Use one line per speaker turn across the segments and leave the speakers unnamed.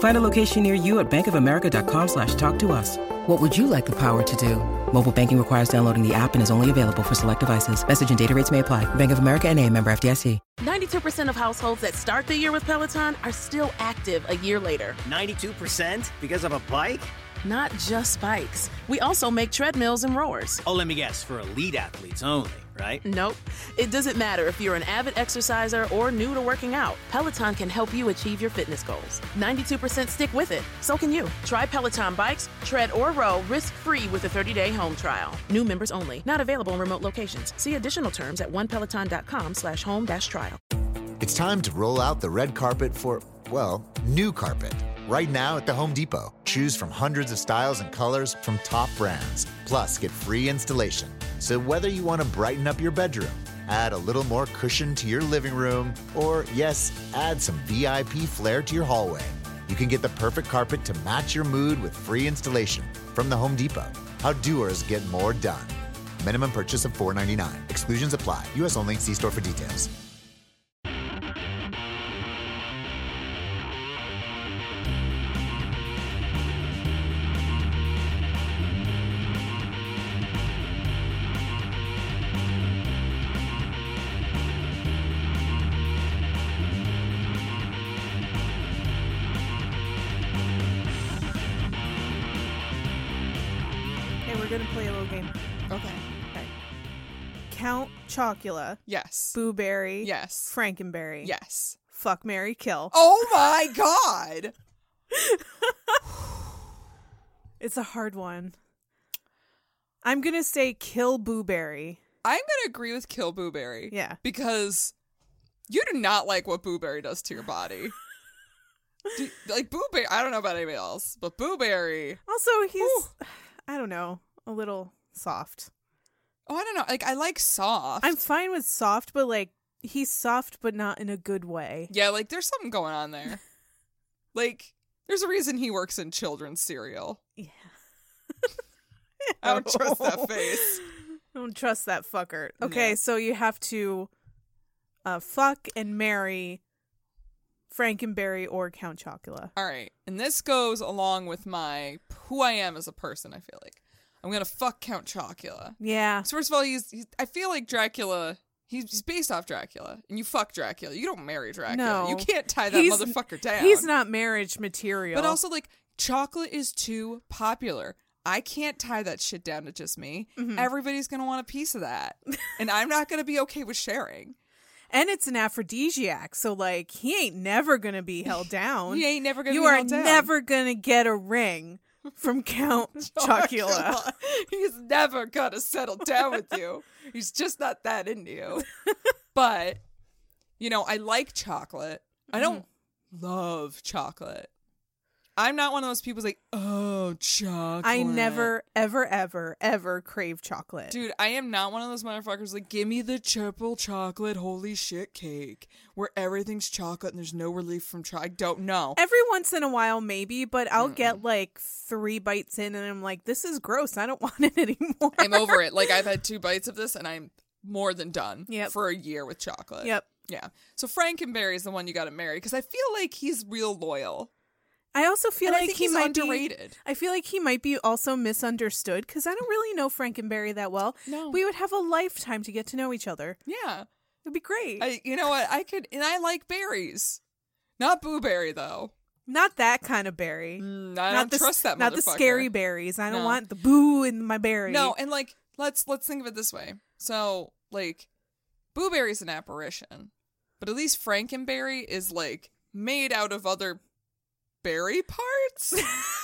Find a location near you at bankofamerica.com slash talk to us. What would you like the power to do? Mobile banking requires downloading the app and is only available for select devices. Message and data rates may apply. Bank of America and a member FDIC.
92% of households that start the year with Peloton are still active a year later.
92% because of a bike?
Not just bikes. We also make treadmills and rowers.
Oh, let me guess, for elite athletes only, right?
Nope. It doesn't matter if you're an avid exerciser or new to working out. Peloton can help you achieve your fitness goals. 92% stick with it. So can you. Try Peloton bikes, tread, or row risk-free with a 30-day home trial. New members only. Not available in remote locations. See additional terms at onepeloton.com slash home dash trial.
It's time to roll out the red carpet for, well, new carpet. Right now at the Home Depot, choose from hundreds of styles and colors from top brands. Plus, get free installation. So, whether you want to brighten up your bedroom, add a little more cushion to your living room, or yes, add some VIP flair to your hallway, you can get the perfect carpet to match your mood with free installation from the Home Depot. How doers get more done. Minimum purchase of $4.99. Exclusions apply. U.S. only. See store for details.
Hey, we're gonna play a little game.
Okay.
Okay. Count Chocula,
Yes.
Boo Berry,
Yes.
Frankenberry,
Yes.
Fuck Mary Kill.
Oh my god.
It's a hard one. I'm gonna say kill Boo Berry.
I'm gonna agree with Kill Boo Berry.
Yeah.
Because you do not like what Boo Berry does to your body. Do- like Boo Berry, I don't know about anybody else, but Boo Berry.
Also, he's I don't know, a little soft.
Oh, I don't know. Like I like soft.
I'm fine with soft, but like he's soft, but not in a good way.
yeah, like there's something going on there. like there's a reason he works in children's cereal.
Yeah.
I don't trust that face.
I don't trust that fucker.
No.
Okay, so you have to uh, fuck and marry Frankenberry or Count Chocula.
All right, and this goes along with my who I am as a person. I feel like I'm gonna fuck Count Chocula.
Yeah.
So first of all, he's, he's I feel like Dracula. He's he's based off Dracula, and you fuck Dracula. You don't marry Dracula.
No.
you can't tie that
He's-
motherfucker down.
He's not marriage material.
But also, like chocolate is too popular. I can't tie that shit down to just me.
Mm-hmm.
Everybody's gonna want a piece of that, and I'm not gonna be okay with sharing.
and it's an aphrodisiac, so like he ain't never gonna be held down.
He ain't never gonna.
you
be
are
held down.
never gonna get a ring from Count
Oh,
Chocula.
He's never gonna settle down with you. He's just not that into you. But you know, I like chocolate. I don't
Mm-hmm.
love chocolate. I'm not one of those people who's like, oh, chocolate.
I never, ever, ever, ever crave chocolate.
Dude, I am not one of those motherfuckers like, give me the triple chocolate holy shit cake where everything's chocolate and there's no relief from chocolate. I don't know.
Every once in a while, maybe, but
Mm-hmm.
I'll get like three bites in, and I'm like, "This is gross. I don't want it anymore."
I'm over it. Like I've had two bites of this and I'm more than done
Yep.
for a year with chocolate.
Yep.
Yeah. So Frankenberry is the one you got to marry because I feel like he's real loyal.
I also feel
And I
like
think
he
he's
might
underrated.
be. I feel like he might be also misunderstood because I don't really know Frankenberry that well.
No.
we would have a lifetime to get to know each other.
Yeah.
It'd be great.
I, you know what? I could, and I like berries. Not blueberry though.
Not that kind of berry.
Mm,
not
I don't
the, s-
trust that.
Not the
motherfucker.
scary berries. I don't
No.
want the boo in my berry.
No, and like let's let's think of it this way. So like, blueberry's an apparition. But at least Frankenberry is like made out of other berry parts.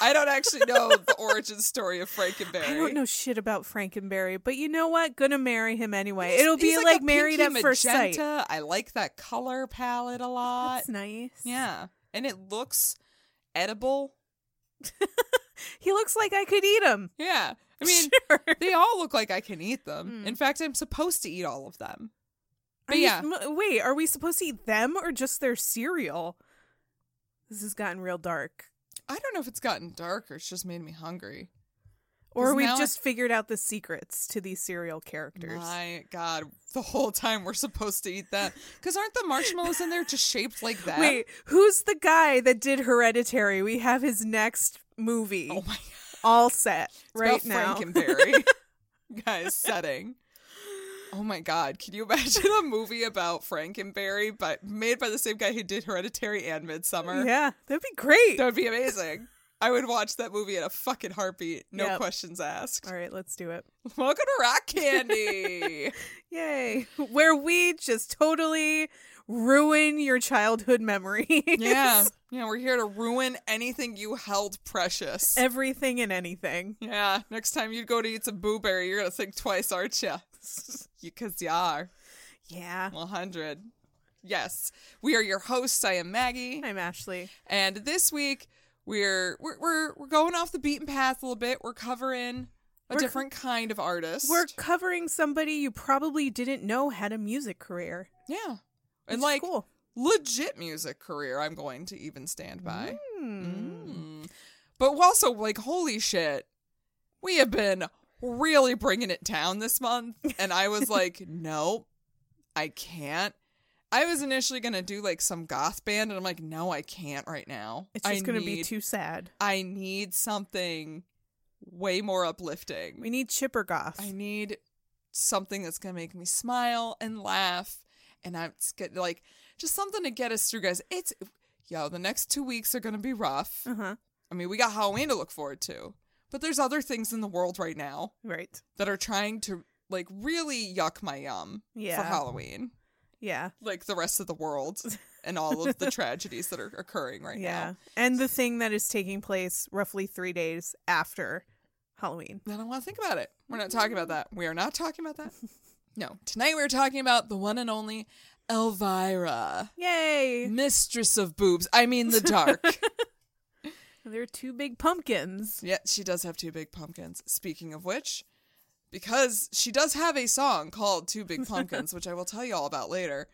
I don't actually know the origin story of Frankenberry.
I don't know shit about Frankenberry, but you know what? Gonna marry him anyway.
He's-
It'll be
he's
like,
a
married at
pinky
first sight. Oh,
magenta. I like that color palette a lot.
That's nice.
Yeah, and it looks edible.
He looks like I could eat him.
Yeah, I mean, they all look like I can eat them.
Hmm.
In fact, I'm supposed to eat all of them. But
Are you-
yeah.
m- wait, are we supposed to eat them or just their cereal? This has gotten real dark.
I don't know if it's gotten dark or it's just made me hungry.
Or
'Cause
we've
now I-
just figured out the secrets to these cereal characters.
My God, the whole time we're supposed to eat that because aren't the marshmallows in there just shaped like that?
Wait, who's the guy that did Hereditary? We have his next movie
oh my God,
all set
It's
right
about
now.
Frankenberry guys setting. Oh my God, can you imagine a movie about Frankenberry but made by the same guy who did Hereditary and Midsummer?
Yeah, that'd be great.
That would be amazing. I would watch that movie in a fucking heartbeat, no
Yep.
questions asked.
all right, let's do it.
Welcome to Rock Candy.
Yay. Where we just totally ruin your childhood memories.
yeah, yeah, we're here to ruin anything you held precious.
Everything and anything.
Yeah, next time you go to eat some blueberry, you're gonna think twice, aren't you? Because you are.
Yeah.
100. Yes. We are your hosts. I am Maggie.
I'm Ashley.
And this week, we're we're we're, we're going off the beaten path a little bit. We're covering a
We're co-
different kind of artist.
We're covering somebody you probably didn't know had a music career.
Yeah.
which
And
is
like
cool.
legit music career, I'm going to even stand by.
Hmm.
Mm. But also, like, holy shit, we have been really bringing it down this month. And I was like, nope, I can't. I was initially going to do like some goth band, and I'm like, no, I can't right now.
It's just
I
going to be
need-
too sad.
I need something way more uplifting.
We need chipper goth.
I need something that's gonna make me smile and laugh, and I'm it's get like just something to get us through, guys. It's yo, the next two weeks are gonna be rough.
Uh-huh.
I mean, we got Halloween to look forward to, but there's other things in the world right now
Right.
that are trying to like really yuck my yum
Yeah.
for Halloween,
Yeah.
like the rest of the world and all of the tragedies that are occurring right
yeah.
now.
And the thing that is taking place roughly three days after Halloween.
I don't want to think about it. We're not talking about that. We are not talking about that. No. Tonight we're talking about the one and only Elvira,
Yay.
mistress of boobs. I mean, the dark.
There are two big pumpkins.
yeah, she does have two big pumpkins. Speaking of which, because she does have a song called Two Big Pumpkins, which I will tell you all about later,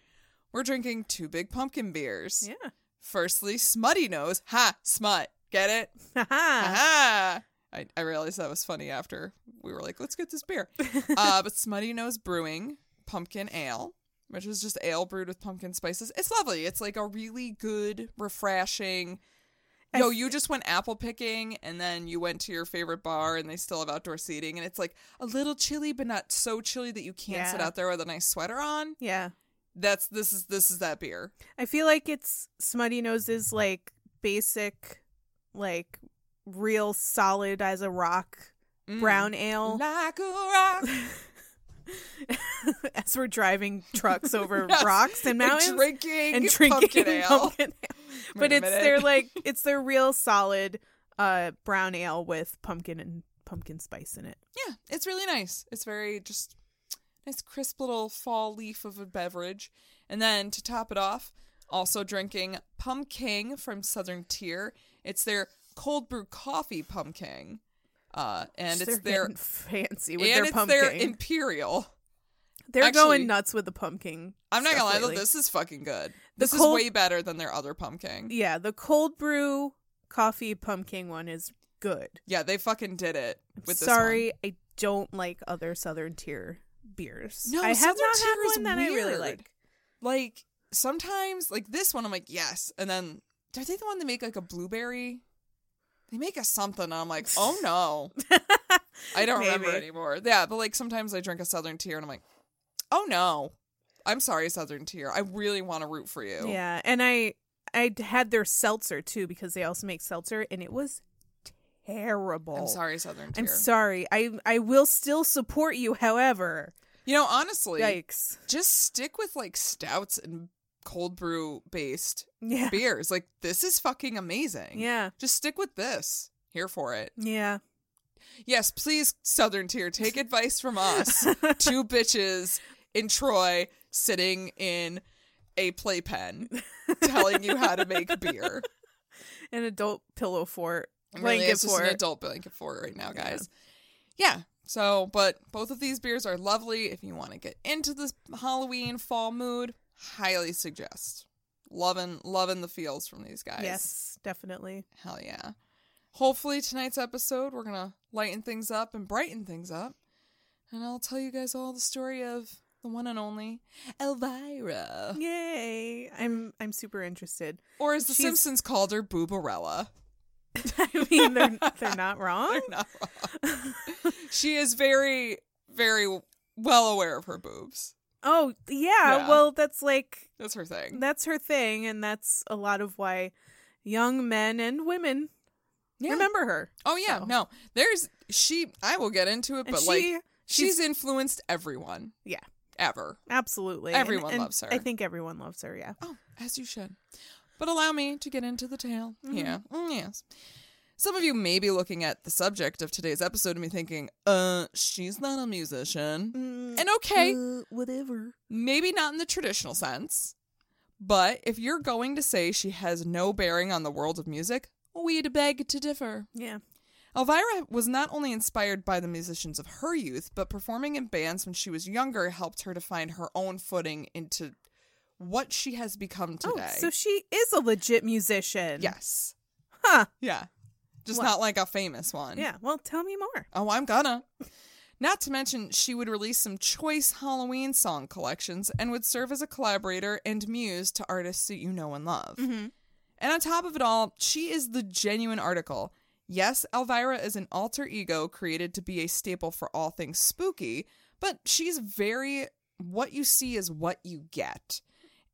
we're drinking two big pumpkin beers.
Yeah.
Firstly, Smutty Nose. Ha, smut. Get it?
Haha.
Aha! I, I realized that was funny after we were like, let's get this beer. uh, but Smutty Nose Brewing Pumpkin Ale, which is just ale brewed with pumpkin spices. It's lovely. It's like a really good, refreshing.
I
Yo,
f-
you just went apple picking and then you went to your favorite bar and they still have outdoor seating. And it's like a little chilly, but not so chilly that you can't sit
Yeah.
out there with a nice sweater on.
Yeah.
That's this is this is that beer.
I feel like it's Smutty Nose's like basic, like real solid as a rock
Mm.
brown ale.
Like a rock.
as we're driving trucks over
Yes.
rocks and mountains
drinking
and drinking
pumpkin ale.
pumpkin ale.
Wait
But
a
it's
minute.
their like it's their real solid uh brown ale with pumpkin and pumpkin spice in it.
Yeah, it's really nice. It's very just nice, crisp little fall leaf of a beverage. And then to top it off, also drinking Pumpkin from Southern Tier. It's their cold brew coffee pumpkin, uh, and
They're
it's their
getting
and
fancy with their
it's
pumpkin.
their imperial.
They're
actually-
going nuts with the pumpkin.
I'm not
stuff
gonna lie though,
lately.
this is fucking good.
The
This
cold-
is way better than their other pumpkin.
Yeah, the cold brew coffee pumpkin one is good.
Yeah, they fucking did it with this one.
Sorry, I don't like other Southern Tier beers.
No,
I have
Southern
not
Tier
had
is
one that I really
weird.
like.
like sometimes like this one i'm like yes and then are they the one that make like a blueberry they make a something and i'm like oh no i don't remember
Maybe.
anymore yeah but like sometimes i drink a southern tier and i'm like oh no i'm sorry southern tier i really want to root for you
Yeah, and I I had their seltzer too because they also make seltzer, and it was terrible.
i'm sorry southern tier
I'm sorry. I I will still support you. However,
you know honestly
yikes.
just stick with like stouts and cold brew based
Yeah.
beers. Like this is fucking amazing.
Yeah.
Just stick with this. Here for it.
Yeah.
Yes, please, Southern Tier, take advice from us. Two bitches in Troy sitting in a playpen telling you how to make beer.
An adult pillow fort.
It really
Blanket
is just an
fort.
adult blanket for it right now, guys. Yeah. So, but both of these beers are lovely. If you want to get into this Halloween fall mood, highly suggest. Loving, loving the feels from these guys.
Yes, definitely.
Hell yeah. Hopefully, tonight's episode, we're going to lighten things up and brighten things up. And I'll tell you guys all the story of the one and only Elvira.
Yay. I'm I'm super interested.
Or as The
She's-
Simpsons called her, Boobarella.
I mean, they're they're not wrong.
They're not wrong. she is very, very well aware of her boobs.
Oh, yeah,
Yeah.
Well, that's like
That's her thing.
that's her thing and that's a lot of why young men and women
Yeah.
remember her.
Oh yeah,
So-
no. There's she. I will get into it,
And
but
she
like she's,
she's-
influenced everyone
Yeah.
ever.
Absolutely. And-
Everyone
and
loves her.
I think everyone loves her, yeah.
Oh, as you should. But allow me to get into the tale.
Mm-hmm.
Yeah. Mm, yes. Some of you may be looking at the subject of today's episode and be thinking, uh, she's not a musician. and okay.
Mm, uh, whatever.
maybe not in the traditional sense, but if you're going to say she has no bearing on the world of music, we'd beg to differ.
Yeah.
Elvira was not only inspired by the musicians of her youth, but performing in bands when she was younger helped her to find her own footing into what she has become today.
Oh, so she is a legit musician.
yes.
Huh.
Yeah. Just
Well-
not like a famous one.
Yeah. Well, tell me more.
Oh, I'm gonna. Not to mention, she would release some choice Halloween song collections and would serve as a collaborator and muse to artists that you know and love. And on top of it all, she is the genuine article. Yes, Elvira is an alter ego created to be a staple for all things spooky, but she's very what you see is what you get.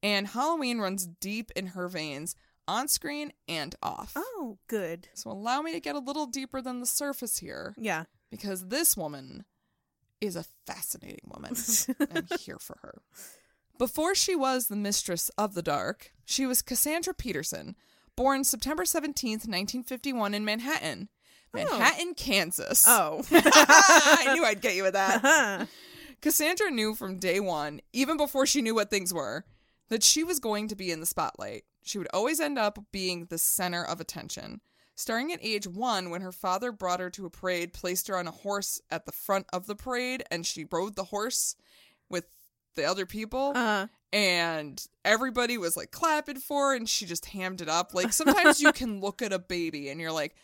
And Halloween runs deep in her veins, on screen and off.
Oh, good.
So allow me to get a little deeper than the surface here
Yeah.
because this woman is a fascinating woman. I'm here for her. Before she was the mistress of the dark, she was Cassandra Peterson, born September 17th, 1951 in Manhattan, Manhattan, Kansas.
Oh.
I knew I'd get you with that.
huh.
Cassandra knew from day one, even before she knew what things were, that she was going to be in the spotlight. She would always end up being the center of attention. Starting at age one, when her father brought her to a parade, placed her on a horse at the front of the parade, and she rode the horse with the other people.
Uh,
and everybody was like clapping for her, and she just hammed it up. Like sometimes you can look at a baby and you're like,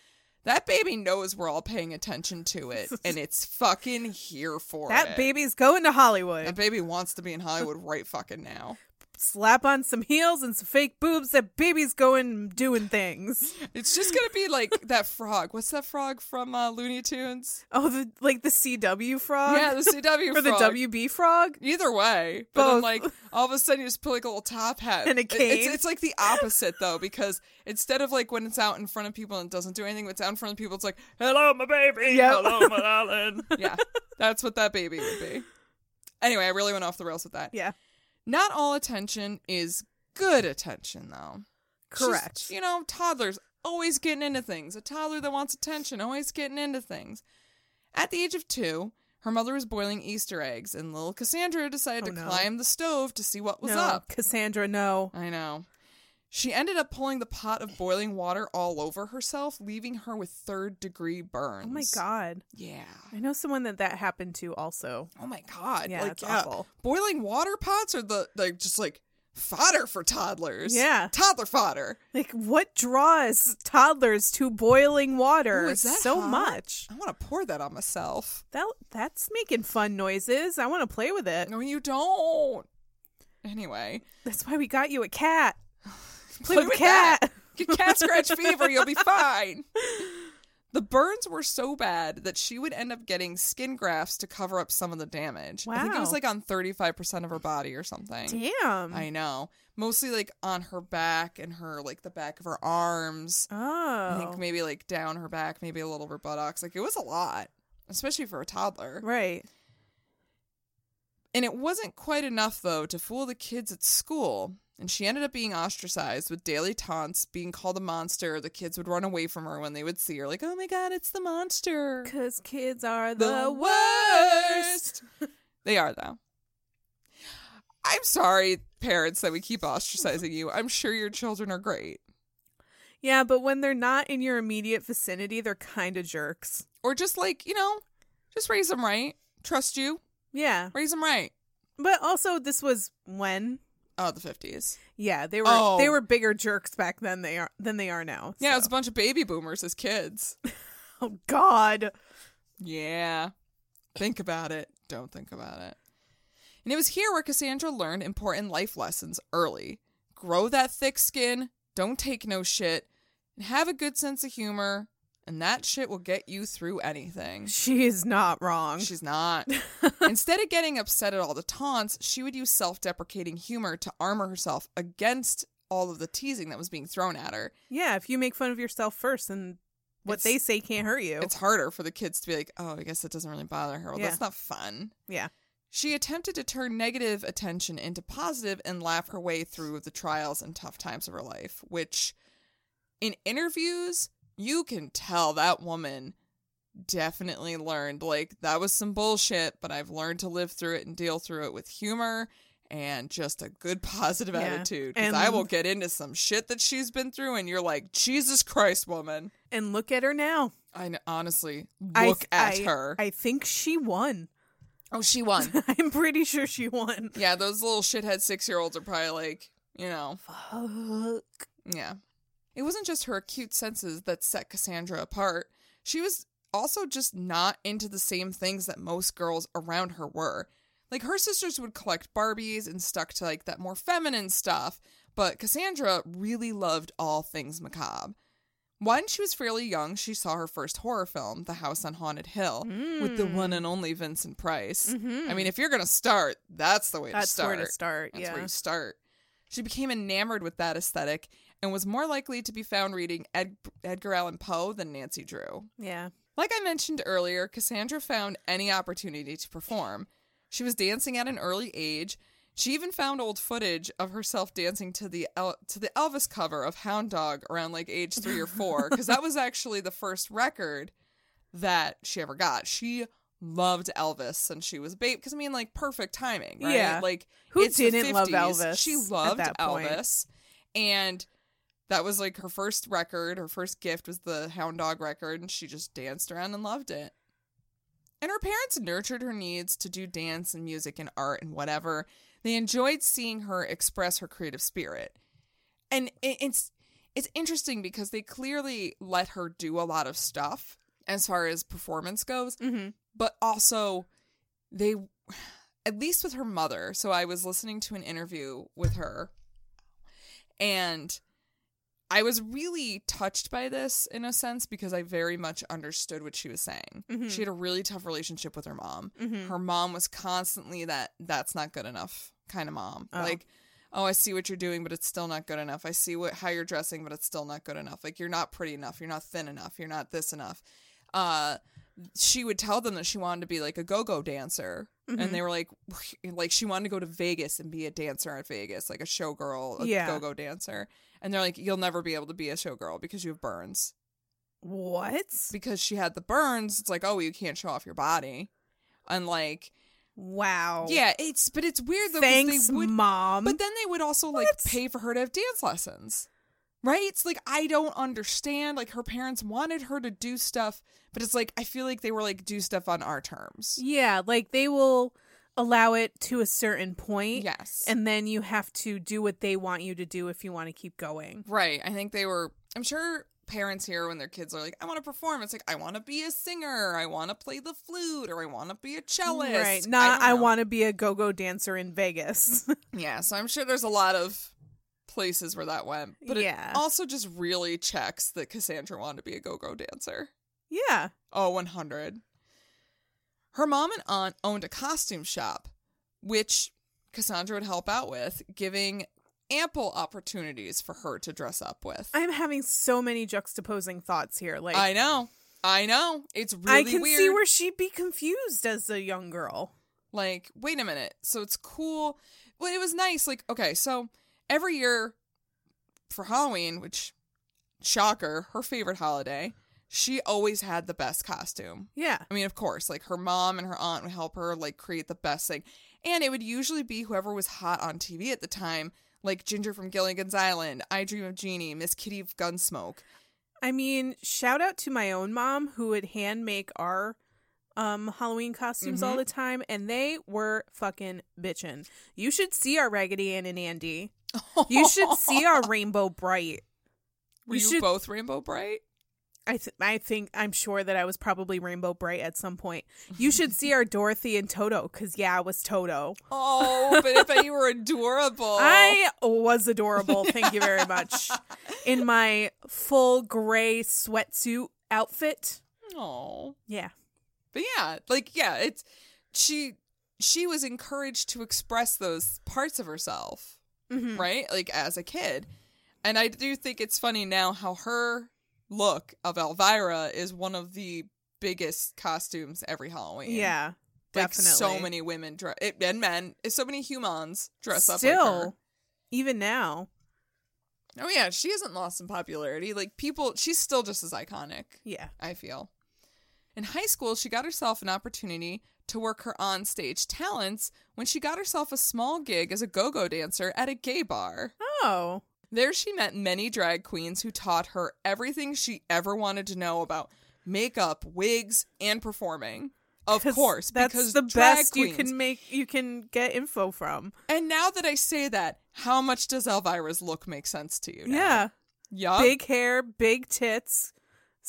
that baby knows we're all paying attention to it, and it's fucking here for it.
that baby's going to Hollywood.
That baby wants to be in Hollywood right fucking now.
Slap on some heels and some fake boobs. That baby's going doing things.
It's just gonna be like that frog. What's that frog from uh, Looney Tunes?
Oh, the like the CW frog.
Yeah, the CW
or the
frog.
WB frog.
Either way, but then
Both.
like all of a sudden you just put like a little top hat
And a
It- It's,
cane.
it's like the opposite though, because instead of like when it's out in front of people and it doesn't do anything, when it's out in front of people, it's like hello my baby, hello my darling. yeah, that's what that baby would be. Anyway, I really went off the rails with that.
Yeah,
Not all attention is good attention though. She's-
correct.
you know, toddlers always getting into things. A toddler that wants attention, always getting into things. At the age of two, her mother was boiling Easter eggs, and little Cassandra decided
Oh,
to
no.
climb the stove to see what was
no,
up.
Cassandra? No.
I know. She ended up pulling the pot of boiling water all over herself, leaving her with third degree burns.
Oh my god.
Yeah.
I know someone that that happened to also.
Oh my god.
Yeah,
like,
it's awful.
Boiling water pots are the like just like fodder for toddlers.
Yeah.
Toddler fodder.
Like, what draws toddlers to boiling water
Ooh, is that
so
hot?
much?
I want to pour that on myself.
That that's making fun noises. I want to play with it.
No, you don't. Anyway,
That's why we got you a cat. Play, with,
that.
cat.
Get cat scratch fever. You'll be fine. The burns were so bad that she would end up getting skin grafts to cover up some of the damage. I think it was
Wow.
like on 35% of her body or something.
Damn.
I know. Mostly like on her back and her, like the back of her arms. I
oh.
think maybe like down her back, maybe a little of her buttocks. Like it was a lot, especially for a toddler.
right.
And it wasn't quite enough, though, to fool the kids at school. And she ended up being ostracized with daily taunts, being called a monster. The kids would run away from her when they would see her, like, oh my God, it's the monster.
Because kids are the,
The
worst.
worst. they are, though. I'm sorry, parents, that we keep ostracizing you. I'm sure your children are great.
Yeah, but when they're not in your immediate vicinity, they're kind of jerks.
Or just like, you know, just raise them right. Trust you.
Yeah.
Raise them right.
But also, this was when.
Oh, the 50s.
Yeah, they were
Oh.
they were bigger jerks back then they are than they are now.
Yeah, it was
so-
a bunch of baby boomers as kids.
oh God.
Yeah. Think about it. Don't think about it. And it was here where Cassandra learned important life lessons early. Grow that thick skin, don't take no shit, and have a good sense of humor, and that shit will get you through anything.
She is not wrong.
She's not. Instead of getting upset at all the taunts, she would use self deprecating humor to armor herself against all of the teasing that was being thrown at her.
yeah, if you make fun of yourself first, and what
It's-
they say can't hurt you.
It's harder for the kids to be like, oh, I guess it doesn't really bother her. Well,
Yeah.
that's not fun.
Yeah.
She attempted to turn negative attention into positive and laugh her way through the trials and tough times of her life, which in interviews, you can tell that woman definitely learned like that was some bullshit, but I've learned to live through it and deal through it with humor and just a good positive
Yeah.
attitude because
And-
I will get into some shit that she's been through and you're like, "Jesus Christ, woman."
And look at her now.
I kn- honestly
I-
look at
I-
her.
I think she won.
oh, she won.
I'm pretty sure she won.
Yeah, those little shithead six year olds are probably like, you know,
Fuck.
yeah. It wasn't just her acute senses that set Cassandra apart. She was also just not into the same things that most girls around her were. Like her sisters would collect Barbies and stuck to like that more feminine stuff, but Cassandra really loved all things macabre. When she was fairly young, she saw her first horror film, The House on Haunted Hill, with
Hmm.
the one and only Vincent Price. I mean, if you're going to start, that's the way to
Mm-hmm. That's
start.
where to start.
That's
yeah.
where you start. She became enamored with that aesthetic and was more likely to be found reading Ed- Edgar Allan Poe than Nancy Drew.
yeah.
Like I mentioned earlier, Cassandra found any opportunity to perform. She was dancing at an early age. She even found old footage of herself dancing to the El- to the Elvis cover of Hound Dog around like age 3 or 4 because that was actually the first record that she ever got. She loved Elvis since she was a babe because I mean like perfect timing, right?
Yeah.
Like
Who
it's the
didn't love
50s.
Elvis
She
at
loved
that point?
Elvis and that was like her first record. Her first gift was the Hound Dog record, and she just danced around and loved it. And her parents nurtured her needs to do dance and music and art and whatever. They enjoyed seeing her express her creative spirit. And it- it's it's interesting because they clearly let her do a lot of stuff as far as performance goes,
Mhm.
but also they at least with her mother. So I was listening to an interview with her and I was really touched by this in a sense because I very much understood what she was saying. She had a really tough relationship with her mom. Her mom was constantly that that's not good enough kind of mom. Like, oh, I see what you're doing, but it's still not good enough. I see what how you're dressing, but it's still not good enough. Like you're not pretty enough, you're not thin enough, you're not this enough. Uh she would tell them that she wanted to be like a go-go dancer and they were like like she wanted to go to Vegas and be a dancer at Vegas like a showgirl a
Yeah.
go-go dancer and they're like you'll never be able to be a showgirl because you have burns
What?
because she had the burns it's like oh you can't show off your body and like
Wow.
yeah it's but it's weird though 'cause
Oh. Thanks,
they would
mom.
but then they would also like
What?
pay for her to have dance lessons. Right? It's like I don't understand. Like her parents wanted her to do stuff, but it's like I feel like they were like do stuff on our terms.
yeah, like they will allow it to a certain point.
Yes.
And then you have to do what they want you to do if you want to keep going.
Right. I think they were I'm sure parents here when their kids are like, I want to perform, it's like I want to be a singer, or I want to play the flute, or I want to be a cellist.
Right. Not
don't
I,
know.
want to be a go go dancer in Vegas.
Yeah, so I'm sure there's a lot of places where that went. But
Yeah.
it also just really checks that Cassandra wanted to be a go-go dancer.
yeah.
Oh, 100. Her mom and aunt owned a costume shop, which Cassandra would help out with, giving ample opportunities for her to dress up with. I,
I'm having so many juxtaposing thoughts here. Like
know. I know. It's really
I can
weird.
see where she'd be confused as a young girl.
like, wait a minute. So it's cool. Well, it was nice. Like, okay, so every year for Halloween, which shocker, her favorite holiday, she always had the best costume.
Yeah.
I mean, of course, like her mom and her aunt would help her like create the best thing. And it would usually be whoever was hot on TV at the time, like Ginger from Gilligan's Island, I Dream of Jeannie, Miss Kitty of Gunsmoke.
I mean, shout out to my own mom who would hand make our um Halloween costumes all the time and they were fucking bitchin'. You should see our Raggedy Ann and Andy. You should see our Rainbow Bright.
Were
You
you,
should-
both Rainbow Bright?
I th- I think I'm sure that I was probably Rainbow Bright at some point. You should see our Dorothy and Toto cuz yeah, I was Toto.
Oh, but I bet you were adorable.
I was adorable. Thank you very much. In my full gray sweatsuit outfit.
Oh.
Yeah.
But yeah, like yeah, it's she she was encouraged to express those parts of herself,
Mm-hmm.
right? Like as a kid. And I do think it's funny now how her look of Elvira is one of the biggest costumes every Halloween.
Yeah.
Like
definitely.
so many women dress and men, so many humans dress up like
Still,
her.
even now.
Oh yeah, she hasn't lost in popularity. Like people, she's still just as iconic.
Yeah.
I feel. In high school, she got herself an opportunity to work her onstage talents when she got herself a small gig as a go-go dancer at a gay bar.
Oh.
There she met many drag queens who taught her everything she ever wanted to know about makeup, wigs, and performing. Of
'Cause
course,
that's
because
the
drag
best
queens.
you can make. You can get info from.
And now that I say that, how much does Elvira's look make sense to you? Now?
Yeah,
Yup.
big hair, big tits,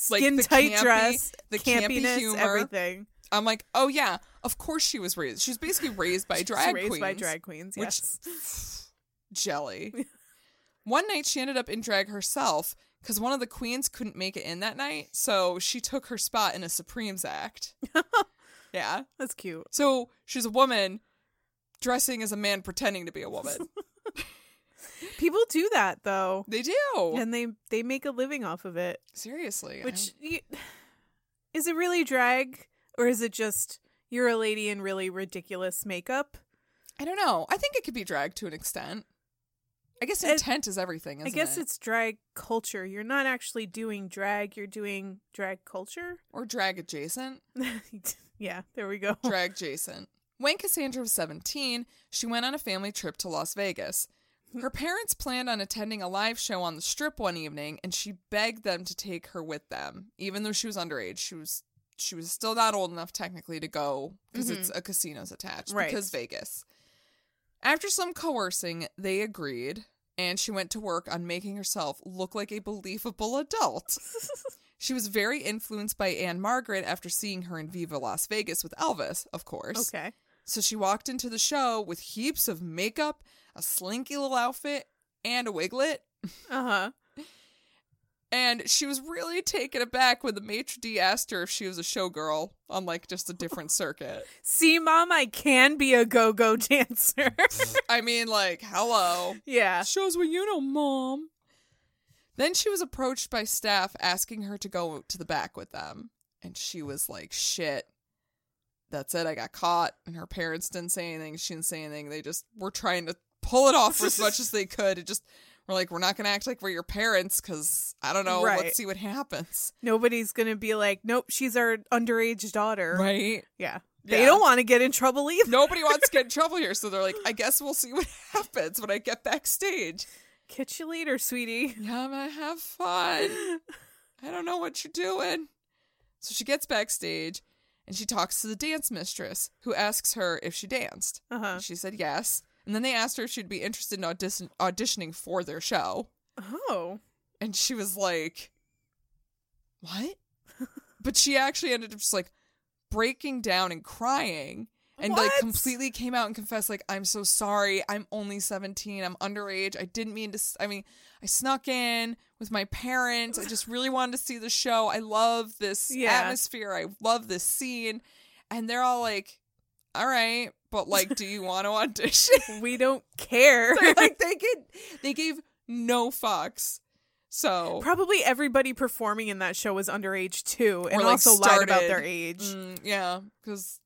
Like
skin
the
tight
campy-
dress,
the campy
campiness,
humor.
everything.
I'm like, oh yeah, of course she was raised. She was basically raised by
She's
drag
raised
queens.
by drag queens.
which-
Yes,
jelly. one night she ended up in drag herself because one of the queens couldn't make it in that night, so she took her spot in a Supremes act. yeah,
that's cute.
so she's a woman dressing as a man pretending to be a woman.
People do that though,
they do
and they they make a living off of it.
seriously. I
Which you, is it really drag, or is it just you're a lady in really ridiculous makeup?
I don't know. I think it could be drag to an extent. I guess
It-
intent is everything. Isn't
I guess
it?
it's drag culture. You're not actually doing drag, you're doing drag culture.
or drag adjacent.
yeah, there we go.
drag Jason. When Cassandra was 17, she went on a family trip to Las Vegas. Her parents planned on attending a live show on the strip one evening and she begged them to take her with them. Even though she was underage, she was she was still not old enough technically to go because it's a casino's attached
Right.
because Vegas. After some coercing, they agreed and she went to work on making herself look like a believable adult. She was very influenced by Anne Margaret after seeing her in Viva Las Vegas with Elvis, of course.
Okay.
So she walked into the show with heaps of makeup, a slinky little outfit, and a wiglet.
Uh huh.
And she was really taken aback when the maitre d asked her if she was a showgirl on like just a different circuit.
See, mom, I can be a go go dancer.
I mean, like, hello.
yeah.
Shows what you know, mom. Then she was approached by staff asking her to go to the back with them. And she was like, shit, that's it. I got caught. And her parents didn't say anything. She didn't say anything. They just were trying to pull it off for as much as they could. It just, we're like, we're not going to act like we're your parents because I don't know.
Right.
Let's see what happens.
Nobody's going to be like, nope, she's our underage daughter.
Right.
Yeah. They
Yeah.
don't want to get in trouble either.
Nobody wants to get in trouble here. So they're like, I guess we'll see what happens when I get backstage.
Catch you later, sweetie.
Yeah, I'm gonna have fun. I don't know what you're doing. So she gets backstage and she talks to the dance mistress, who asks her if she danced.
Uh-huh.
And She said yes. And then they asked her if she'd be interested in audition- auditioning for their show.
Oh.
And she was like, What? but she actually ended up just like breaking down and crying. And like
What?
completely came out and confessed, like, I'm so sorry. I'm only 17. I'm underage. I didn't mean to. s- I mean, I snuck in with my parents. I just really wanted to see the show. I love this
Yeah.
atmosphere. I love this scene. And they're all like, all right, but like, do you want to audition?
We don't care.
They're like they get they gave no fucks. So
Probably everybody performing in that show was underage too, and
Or, like,
also lied about their
started-
age.
mm, yeah, because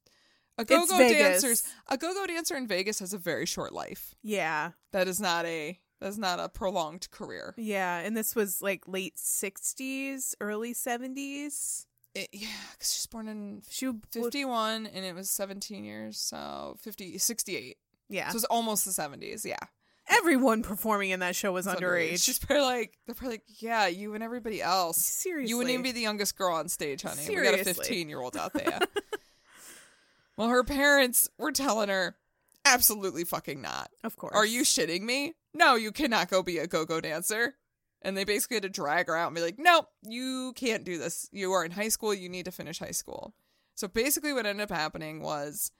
a
It's
go-go
Vegas.
dancers a go-go dancer in Vegas has a very short life.
Yeah.
That is not a That's not a prolonged career.
Yeah, and this was like late 60s, early 70s.
It, yeah, because she's born in
She would,
51 and it was 17 years, so 50, 68.
yeah.
So it's almost the 70s, yeah.
Everyone performing in that show was
It's
underage.
She's probably like, they're probably like, yeah, you and everybody else.
Seriously.
You wouldn't even be the youngest girl on stage, honey. We got a
Seriously.
15 year old out there. well, her parents were telling her, absolutely fucking not.
Of course.
Are you shitting me? No, you cannot go be a go go dancer. And they basically had to drag her out and be like, no, you can't do this. You are in high school. You need to finish high school. So basically, what ended up happening was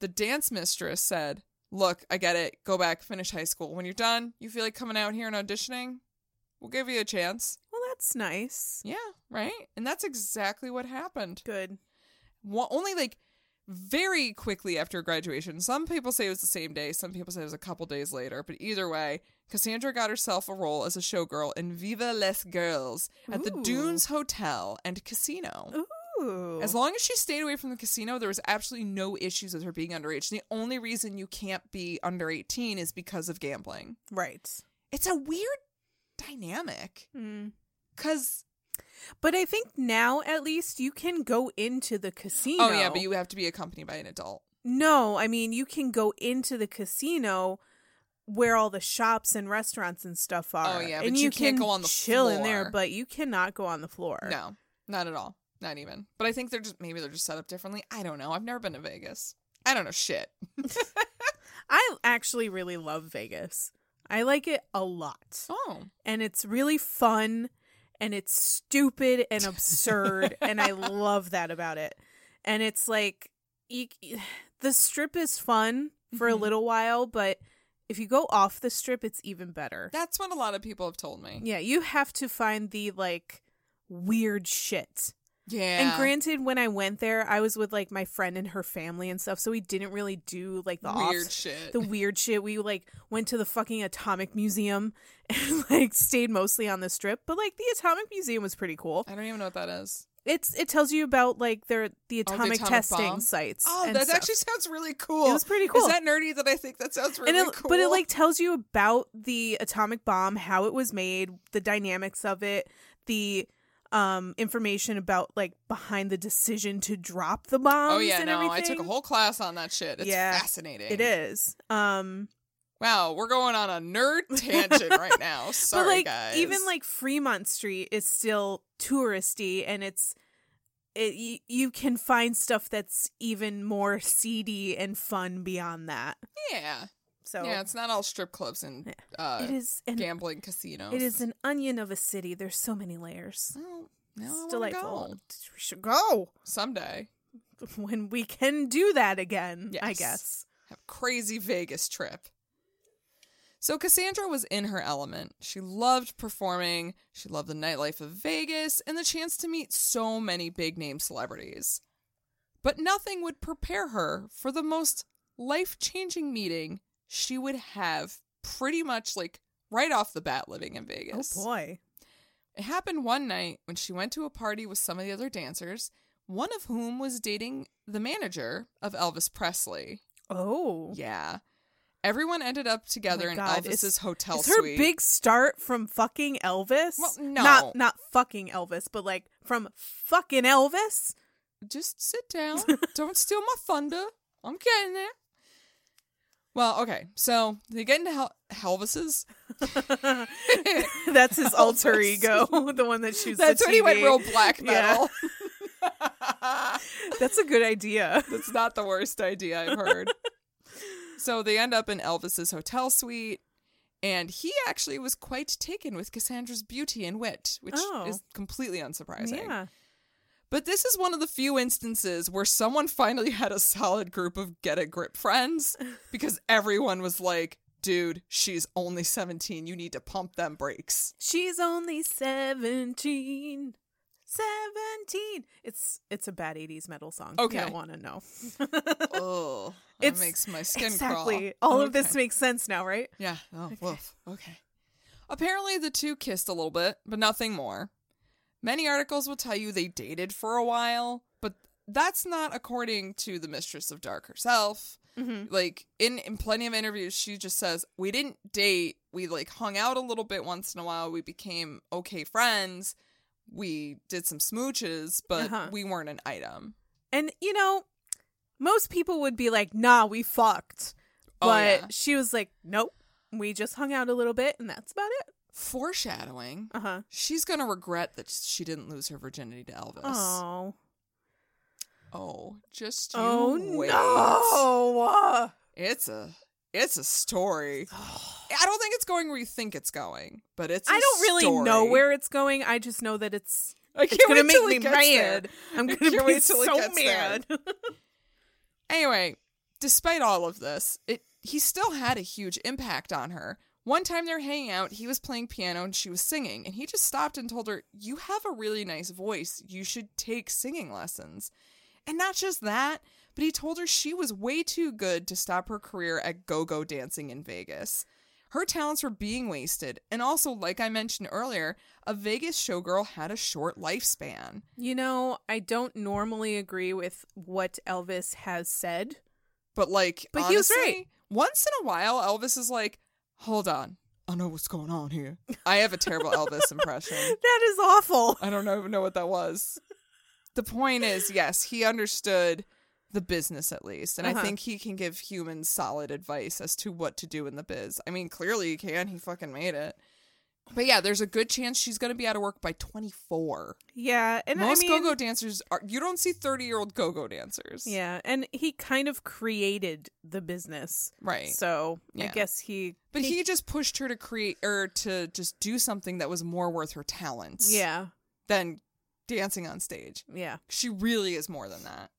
the dance mistress said, Look, I get it. Go back, finish high school. When you're done, you feel like coming out here and auditioning? We'll give you a chance.
Well, that's nice.
Yeah, right? And that's exactly what happened
Good.
wa- only like very quickly after graduation. Some people say it was the same day, some people say it was a couple days later, but either way, Cassandra got herself a role as a showgirl in Viva Les Girls at the
Ooh.
Dunes Hotel and Casino.
Ooh.
As long as she stayed away from the casino, there was absolutely no issues with her being underage. The only reason you can't be under 18 is because of gambling.
right.
It's a weird dynamic
Mm.
because
But I think now at least you can go into the casino.
oh yeah, but you have to be accompanied by an adult.
No, I mean you can go into the casino where all the shops and restaurants and stuff are.
Oh, yeah,
and
but you
can
can't go on the
chill in there,
floor.
but you cannot go on the floor.
No, not at all. Not even. But I think they're just maybe they're just set up differently. I don't know. I've never been to Vegas. I don't know shit.
I actually really love Vegas. I like it a lot.
Oh,
And it's really fun and it's stupid and absurd and I love that about it. And it's like you, the strip is fun for a
Mhm.
little while, but if you go off the strip it's even better.
that's what a lot of people have told me.
Yeah, you have to find the like weird shit.
Yeah.
And granted, when I went there, I was with like my friend and her family and stuff, so we didn't really do like the off-
weird shit.
the weird shit. We like went to the fucking atomic museum and like stayed mostly on the strip, but like the atomic museum was pretty cool.
I don't even know what that is.
It's it tells you about like their the
Oh, the
atomic,
atomic
testing
bomb?
sites.
Oh,
and
that
stuff.
actually sounds really cool.
It was pretty cool.
Is that nerdy that I think that sounds really
and it,
cool?
but it like tells you about the atomic bomb, how it was made, the dynamics of it, the um information about like behind the decision to drop the bombs.
Oh yeah,
and
no, I
everything.
took a whole class on that shit. It's
Yeah,
fascinating.
It is. Um,
Wow, we're going on a nerd tangent right now. Sorry,
but like
guys.
even like Fremont Street is still touristy, and it's. It, you, you can find stuff that's even more seedy and fun beyond that.
yeah,
So
yeah, it's not all strip clubs and uh,
it is an
gambling casinos.
it is an onion of a city. There's so many layers.
Well, now
it's
I wanna
delightful.
go.
We should go
Someday,
when we can do that again. I
Yes.
guess.
have a crazy Vegas trip. So Cassandra was in her element. She loved performing. She loved the nightlife of Vegas and the chance to meet so many big name celebrities. But nothing would prepare her for the most life changing meeting she would have pretty much like right off the bat living in Vegas.
Oh boy.
It happened one night when she went to a party with some of the other dancers, one of whom was dating the manager of Elvis Presley.
Oh.
Yeah. Everyone ended up together
my
in
God,
Elvis's
is-
hotel
Is her
suite.
big start from fucking Elvis?
Well, no.
Not not fucking Elvis, but like from fucking Elvis?
Just sit down. Don't steal my thunder. I'm getting there. Well, okay. So they get into Hel- Elvis's.
That's his alter
Elvis.
ego, the one that shoots
Oh, That's
the
when he went
TV.
real black metal.
That's a good idea.
That's not the worst idea I've heard. so they end up in Elvis's hotel suite, and he actually was quite taken with Cassandra's beauty and wit, which
Oh.
is completely unsurprising.
Yeah.
But this is one of the few instances where someone finally had a solid group of get a grip friends because everyone was like, dude, she's only 17. You need to pump them brakes.
She's only 17. 17. It's it's a bad 80s metal song.
Okay.
You don't want to know.
Oh, that
It's-
makes my skin
exactly.
crawl.
All of this
Okay.
makes sense now, right?
Yeah. Oh, woof. Okay. Apparently, the two kissed a little bit, but nothing more. Many articles will tell you they dated for a while, but that's not according to the Mistress of Dark herself.
Mhm.
Like in in plenty of interviews, she just says we didn't date. We like hung out a little bit once in a while. We became okay friends. We did some smooches, but
Uh-huh.
we weren't an item.
And you know, most people would be like, "Nah, we fucked,"
Oh,
but
yeah.
she was like, "Nope, we just hung out a little bit, and that's about it."
Foreshadowing.
Uh-huh.
Uh huh.
She's gonna regret that she didn't lose her virginity to Elvis.
Oh.
Oh, just you
Oh
wait.
no.
It's a it's a story. I don't think it's going where you think it's going, but it's. I
I don't really know where it's going. I just know that it's
I
it's gonna
wait
make
till
me
it gets there.
mad. I'm
I
gonna
can't
be
wait till it
so
gets there.
mad.
Anyway, despite all of this, it he still had a huge impact on her. One time they're hanging out, he was playing piano and she was singing, and he just stopped and told her, "You have a really nice voice. You should take singing lessons." And not just that, but he told her she was way too good to stop her career at go-go dancing in Vegas. Her talents were being wasted, and also, like I mentioned earlier, a Vegas showgirl had a short lifespan.
You know, I don't normally agree with what Elvis has said.
But like,
But he was
honestly,
right.
Once in a while, Elvis is like, "Hold on, I know what's going on here." I have a terrible Elvis impression.
That is awful.
I don't even know what that was. The point is, yes, he understood the business at least, and I
Uh-huh.
think he can give humans solid advice as to what to do in the biz. I mean, clearly he can. He fucking made it. But yeah, there's a good chance she's gonna be out of work by 24.
Yeah, and
Most
I mean,
go-go dancers are. You don't see 30-year-old go-go dancers.
Yeah, and he kind of created the business.
Right.
So I
Yeah.
guess he.
But he just pushed her to create or to just do something that was more worth her talents
Yeah,
than dancing on stage.
yeah.
She really is more than that.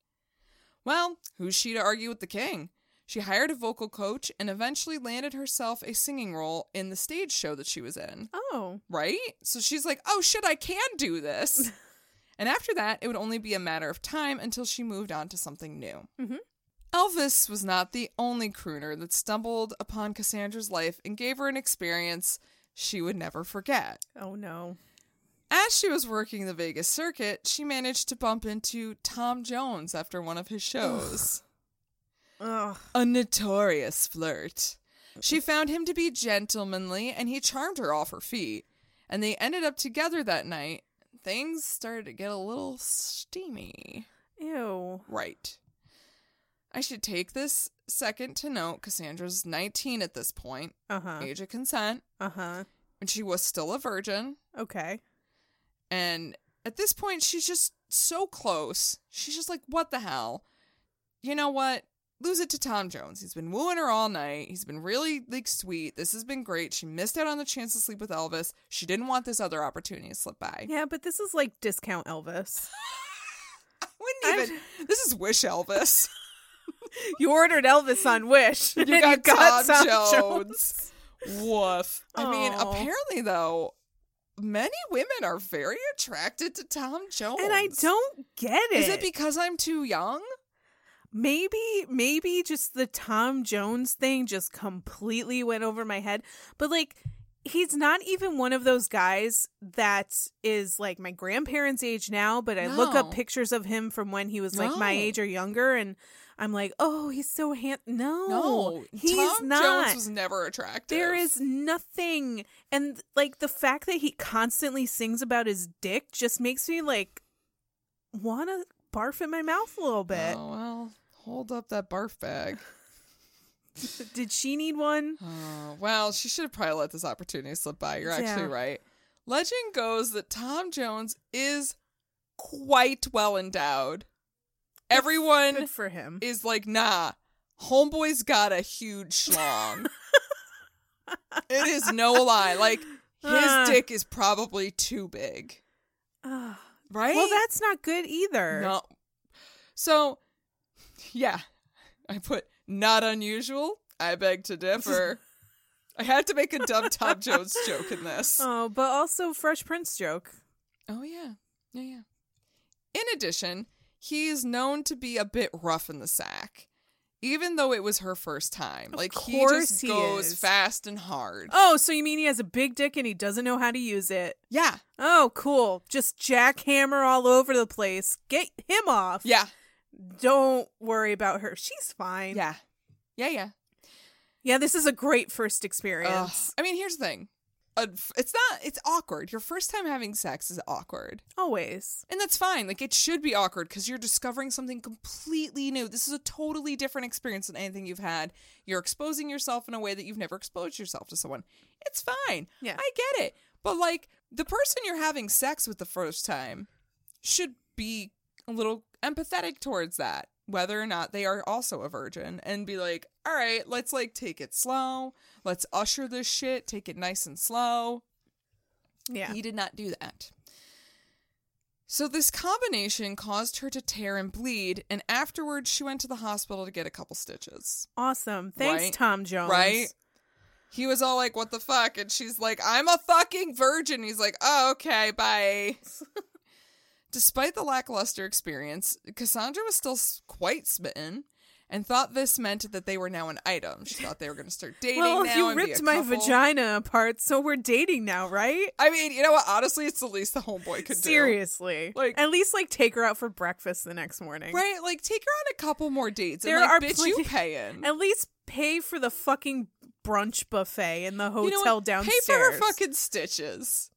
Well, who's she to argue with the king? She hired a vocal coach and eventually landed herself a singing role in the stage show that she was in
Oh,
right? So she's like, oh shit, I can do this. and after that, it would only be a matter of time until she moved on to something new.
Mhm.
Elvis was not the only crooner that stumbled upon Cassandra's life and gave her an experience she would never forget.
oh no.
As she was working the Vegas circuit, she managed to bump into Tom Jones after one of his shows
Ugh.
a notorious flirt. She found him to be gentlemanly and he charmed her off her feet. And they ended up together that night. Things started to get a little steamy.
Ew.
Right. I should take this second to note Cassandra's 19 at this point,
Uh huh.
age of consent,
Uh huh.
and she was still a virgin.
Okay.
And at this point, she's just so close. She's just like, what the hell? You know what? Lose it to Tom Jones. He's been wooing her all night. He's been really like sweet. This has been great. She missed out on the chance to sleep with Elvis. She didn't want this other opportunity to slip by.
Yeah, but this is like discount Elvis.
I wouldn't even. This is wish Elvis.
you ordered Elvis on Wish. and
You got, Tom,
Jones.
Jones. Woof. I mean,
Aw.
apparently though, many women are very attracted to Tom Jones.
And I don't get it.
Is it because I'm too young?
maybe maybe just the Tom Jones thing just completely went over my head. But like he's not even one of those guys that is like my grandparents' age now, but I look
No.
up pictures of him from when he was like my
No.
age or younger and I'm like, "Oh, he's so handsome." No.
No,
he's
Oh, Tom
not.
Jones was never attractive.
There is nothing. And like the fact that he constantly sings about his dick just makes me like want to barf in my mouth a little bit.
Oh well, hold up that barf bag.
Did she need one?
Oh well, she should have probably let this opportunity slip by. You're actually
Yeah.
right. Legend goes that Tom Jones is quite well endowed. Everyone
Good for him.
is like, nah, homeboy's got a huge schlong. it is no lie. Like his
Ah.
dick is probably too big,
Ah.
right?
well, that's not good either.
No. So, yeah, I put not unusual. I beg to differ. I had to make a dumb Tom Jones joke in this.
Oh, but also Fresh Prince joke.
Oh, yeah. Yeah, yeah. In addition, he is known to be a bit rough in the sack, even though it was her first time.
Of
like, he
course
just
he
goes
is.
fast and hard.
Oh, so you mean he has a big dick and he doesn't know how to use it?
Yeah.
Oh, cool. Just jackhammer all over the place. Get him off.
Yeah.
Don't worry about her. She's fine.
Yeah. Yeah, yeah.
Yeah, this is a great first
Ugh.
experience.
I mean, here's the thing. Uh, f- It's not. It's awkward. Your first time having sex is awkward,
Always.
and that's fine. Like it should be awkward because you're discovering something completely new. This is a totally different experience than anything you've had. You're exposing yourself in a way that you've never exposed yourself to someone. It's fine.
Yeah.
I get it. But like the person you're having sex with the first time should be a little empathetic towards that whether or not they are also a virgin and be like all right let's like take it slow let's usher this shit take it nice and slow
Yeah.
he did not do that so this combination caused her to tear and bleed and afterwards she went to the hospital to get a couple stitches
Awesome. Thanks,
Right?
Tom Jones.
right he was all like what the fuck and she's like i'm a fucking virgin he's like oh okay bye Despite the lackluster experience, Cassandra was still s- quite smitten and thought this meant that they were now an item. She thought they were going to start dating
Well,
now
you
and be a
ripped my
couple.
vagina apart, so we're dating now, right?
I mean, you know what? Honestly, it's the least the homeboy could
Seriously.
Like-
at least like take her out for breakfast the next morning.
do. Right? Like, take her on a couple more dates.
There
and, like,
are
bitch,
plenty-
you paying.
At least pay for the fucking brunch buffet in the hotel
you know what?
downstairs.
Pay for her fucking stitches.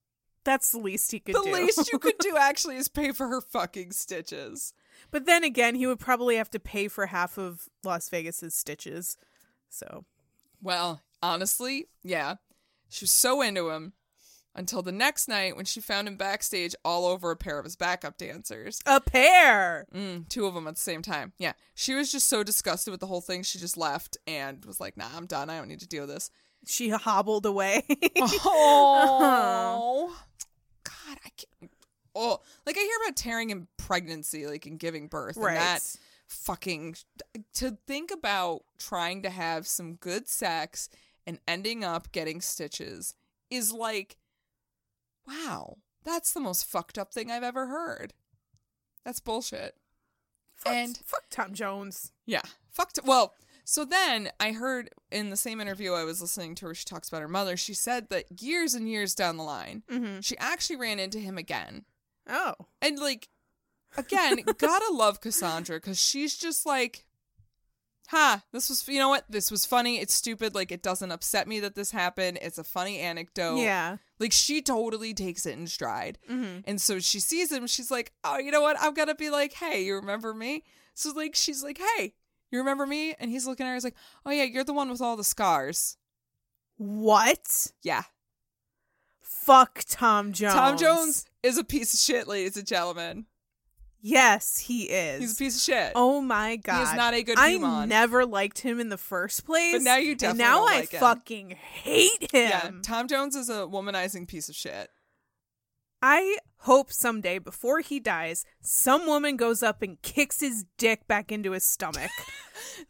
That's the least he could
The
do.
least you could do actually is pay for her fucking stitches.
But then again, he would probably have to pay for half of Las Vegas's stitches. So
Well, honestly, yeah. She was so into him until the next night when she found him backstage all over a pair of his backup dancers.
a pair.
Mm, two of them at the same time. Yeah. She was just so disgusted with the whole thing. She just left and was like, nah, I'm done. I don't need to deal with this.
She hobbled away.
Oh. God, I can't. Oh, like I hear about tearing in pregnancy, like in giving birth.
Right.
And that fucking. To think about trying to have some good sex and ending up getting stitches is like, wow, that's the most fucked up thing I've ever heard. That's bullshit.
fuck,
and-
fuck Tom Jones.
Yeah. Fucked. Well, so then I heard in the same interview I was listening to where she talks about her mother, she said that years and years down the line, she actually ran into him again.
Oh,
And like, again, gotta love Cassandra because she's just like, ha, this was, you know what? This was funny. It's stupid. Like, it doesn't upset me that this happened. It's a funny anecdote.
yeah. Mm-hmm.
Like she totally takes it in stride. And so she sees him, she's like, Oh, you know what? I'm gonna be like, Hey, you remember me? So like she's like, Hey, you remember me? And he's looking at her, he's like, Oh yeah, you're the one with all the scars.
What?
Yeah.
Fuck Tom Jones.
Tom Jones is a piece of shit, ladies and gentlemen.
Yes, he is.
He's a piece of shit.
Oh my god.
not a good
I
human.
never liked him in the first place.
But now you
and
definitely
now
don't
I
like him.
fucking hate him.
yeah. Tom Jones is a womanizing piece of shit.
I hope someday before he dies, some woman goes up and kicks his dick back into his stomach.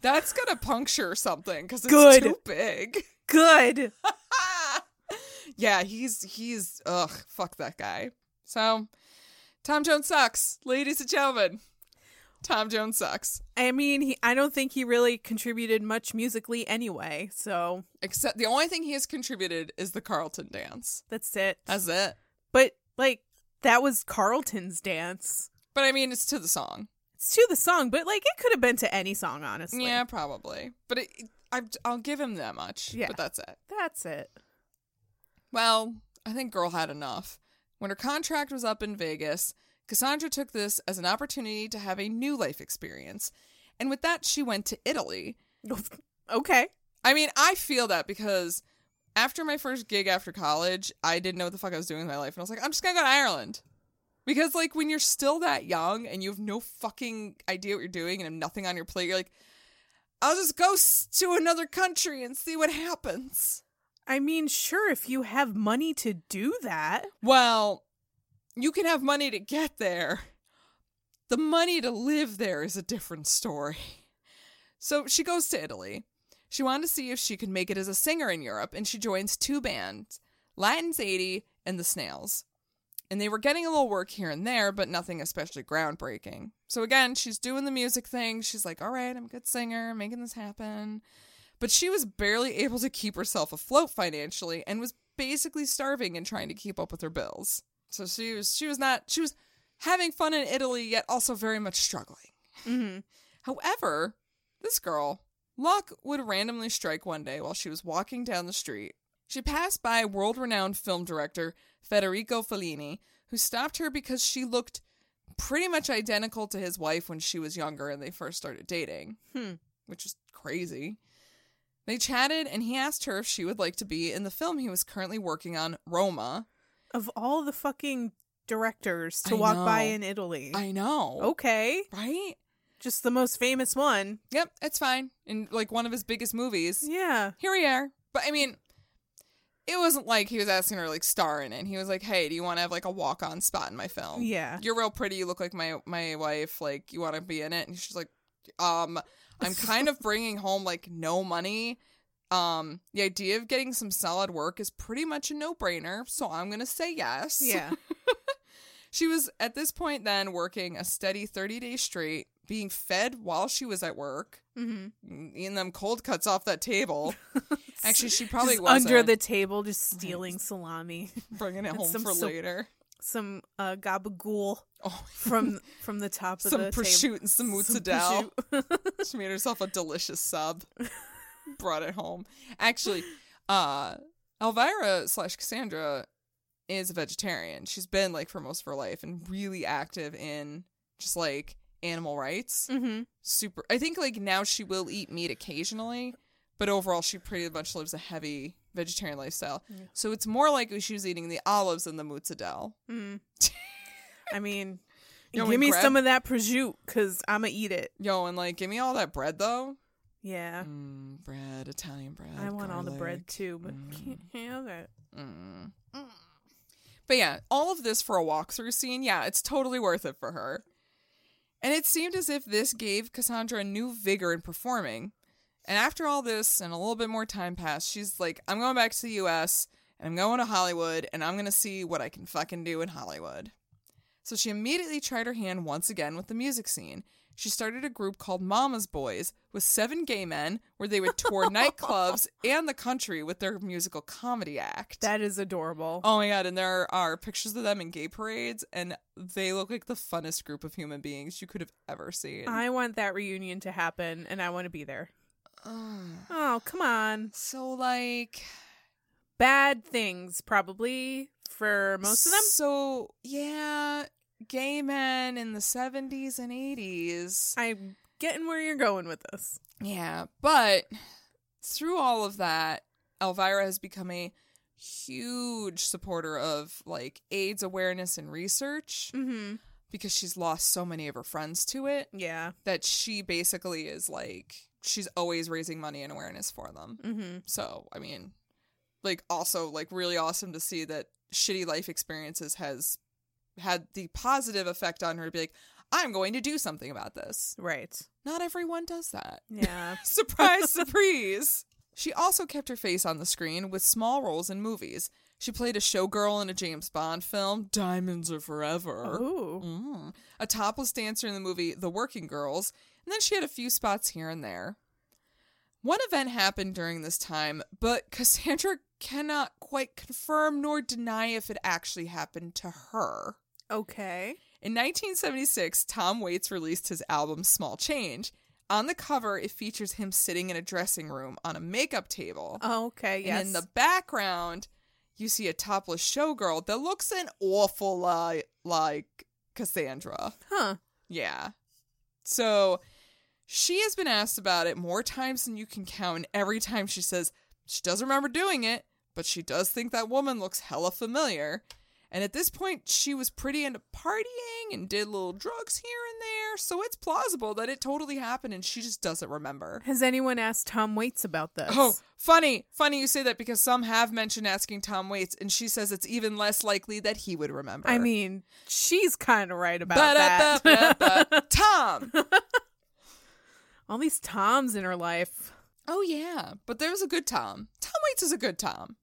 That's gonna puncture something because it's
Good.
too big.
Good.
yeah, he's he's ugh, fuck that guy. So Tom Jones sucks, ladies and gentlemen. Tom Jones sucks.
I mean, he, I don't think he really contributed much musically anyway, so
Except the only thing he has contributed is the Carlton dance.
that's it.
That's it.
but like that was Carlton's dance.
But I mean, it's to the song.
It's to the song, but like it could have been to any song, honestly.
yeah, probably. But it, I, I'll give him that much.
Yeah.
But that's it.
That's it.
Well, I think girl had enough. When her contract was up in Vegas, Cassandra took this as an opportunity to have a new life experience. And with that, she went to Italy.
okay.
I mean, I feel that because after my first gig after college, I didn't know what the fuck I was doing with my life. And I was like, I'm just going to go to Ireland. Because, like, when you're still that young and you have no fucking idea what you're doing and have nothing on your plate, you're like, I'll just go s- to another country and see what happens.
I mean, sure, if you have money to do that.
Well, you can have money to get there. The money to live there is a different story. So she goes to Italy. She wanted to see if she could make it as a singer in Europe, and she joins two bands Latin's 80 and The Snails. And they were getting a little work here and there, but nothing especially groundbreaking. So again, she's doing the music thing. She's like, all right, I'm a good singer, making this happen but she was barely able to keep herself afloat financially and was basically starving and trying to keep up with her bills. So she was she was not she was having fun in Italy yet also very much struggling. However, this girl Luck would randomly strike one day while she was walking down the street. She passed by world renowned film director Federico Fellini, who stopped her because she looked pretty much identical to his wife when she was younger and they first started dating,
Hmm.
which is crazy. They chatted, and he asked her if she would like to be in the film he was currently working on, Roma.
Of all the fucking directors to
I
walk by
know.
in Italy.
I know.
Oh. Okay.
Right?
Just the most famous one.
Yep, it's fine. In like one of his biggest movies.
Yeah.
Here we are. But I mean, it wasn't like he was asking her to, like star in it. He was like, "Hey, do you want to have like a walk on spot in my film?
Yeah.
you're real pretty. You look like my my wife. Like you want to be in it?" And she's like, "Um, I'm kind of bringing home like no money." Um, the idea of getting some solid work is pretty much a no brainer, so I'm gonna say yes.
Yeah.
She was at this point then working a steady 30 days straight, being fed while she was at work,
mm-hmm.
eating them cold cuts off that table. Actually, she probably
Just
wasn't.
under the table, just stealing salami,
bringing it
and
home
some
for
so-
later.
some uh, gabagool
Oh,
from from the top of
some
the table.
prosciutto and some mozzarella. she made herself a delicious sub, brought it home. Actually, uh, Elvira slash Cassandra is a vegetarian. She's been like for most of her life and really active in just like animal rights.
hmm
super I think like now she will eat meat occasionally, but overall she pretty much lives a heavy vegetarian lifestyle. So it's more likely she was eating the olives and the mozzarella.
I mean,
You want me
give me
grab-
some of that prosciutto because I'm gonna eat it.
Yo, and like give me all that bread though.
Yeah,
Mm, bread, Italian bread.
I want all the bread
garlic.
too, but can't have it.
Mm. But yeah, all of this for a walkthrough scene, yeah, it's totally worth it for her. And it seemed as if this gave Cassandra new vigor in performing. And after all this and a little bit more time passed, she's like, I'm going back to the US and I'm going to Hollywood and I'm going to see what I can fucking do in Hollywood. So she immediately tried her hand once again with the music scene. She started a group called Mama's Boys with seven gay men where they would tour nightclubs and the country with their musical comedy act.
That is adorable.
Oh my god, and there are pictures of them in gay parades, and they look like the funnest group of human beings you could have ever seen.
I want that reunion to happen, and I want to be there. Oh, come on.
so like
Bad things probably for most of them.
So yeah, gay men in the seventies and eighties.
I'm getting where you're going with this.
Yeah, but through all of that, Elvira has become a huge supporter of like AIDS awareness and research
Mm-hmm.
because she's lost so many of her friends to it.
Yeah.
that she basically is like she's always raising money and awareness for them.
Mm-hmm.
So, I mean, like also like really awesome to see that shitty life experiences has had the positive effect on her to be like I'm going to do something about this.
Right.
Not everyone does that.
Yeah.
Surprise, surprise. She also kept her face on the screen with small roles in movies. She played a showgirl in a James Bond film, Diamonds Are Forever.
Ooh.
Mm. A topless dancer in the movie The Working Girls, and then she had a few spots here and there. One event happened during this time, but Cassandra cannot quite confirm nor deny if it actually happened to her.
Okay.
In 1976, Tom Waits released his album Small Change. On the cover, it features him sitting in a dressing room on a makeup table.
Okay. Yes.
And in the background, you see a topless showgirl that looks an awful lot like Cassandra.
huh.
Yeah. So she has been asked about it more times than you can count. And every time she says she doesn't remember doing it, but she does think that woman looks hella familiar. And at this point, she was pretty into partying and did little drugs here and there. So it's plausible that it totally happened and she just doesn't remember.
Has anyone asked Tom Waits about this?
Oh, funny. Funny you say that because some have mentioned asking Tom Waits, and she says it's even less likely that he would remember.
I mean, she's kind of right about that.
Ba-da-ba-ba-ba. Tom.
All these Toms in her life.
Oh yeah, but there was a good Tom. Tom Waits is a good Tom.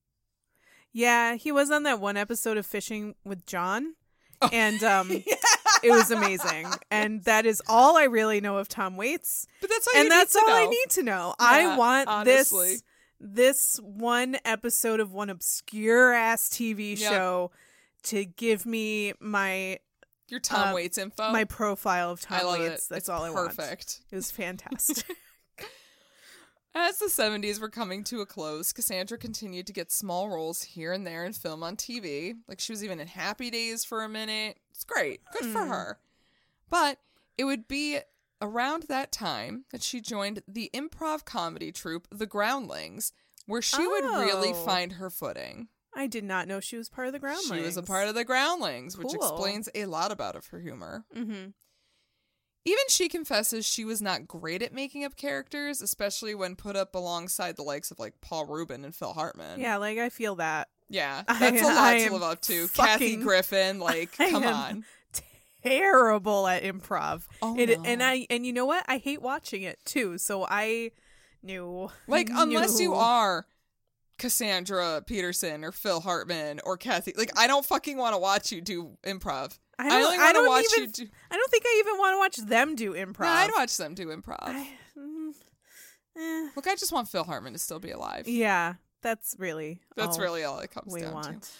Yeah, he was on that one episode of Fishing with John.
Oh.
And um it was amazing. And that is all I really know of Tom Waits.
But that's all you
and that's
need to
all I
know.
need to know.
Yeah,
I want
honestly.
this this one episode of one obscure ass TV
Yeah.
show to give me my
Your Tom
Uh,
Waits info.
my profile of Tom
I love
Waits.
it.
That's
It's
all I want.
Perfect.
It was fantastic.
As the 70s were coming to a close, Cassandra continued to get small roles here and there in film on TV. Like she was even in Happy Days for a minute. It's great. Good for her. But it would be around that time that she joined the improv comedy troupe The Groundlings, where she would really
Oh.
find her footing.
I did not know she was part of the ground.
She was a part of the Groundlings, which
Cool.
explains a lot about of her humor.
Mm-hmm.
Even she confesses she was not great at making up characters, especially when put up alongside the likes of like Paul Rubin and Phil Hartman.
Yeah, like I feel that
Yeah.
I-
That's a lot
I
to
am
live up to. Kathy
fucking-
Griffin, like,
I
come
am-
on.
terrible at improv.
Oh,
It-
no.
and I and you know what? I hate watching it too. So I knew
Like, unless you
knew.
are Cassandra Peterson or Phil Hartman or Kathy, like, I don't fucking want to watch you do improv.
I don't,
only
I
want to
don't
watch
even,
you do.
I don't think I even want to watch them do improv.
No, I'd watch them do improv.
I- mm, eh.
Look, I just want Phil Hartman to still be alive.
Yeah, that's really
That's
all
really all it comes
Oh, we
down to.
want.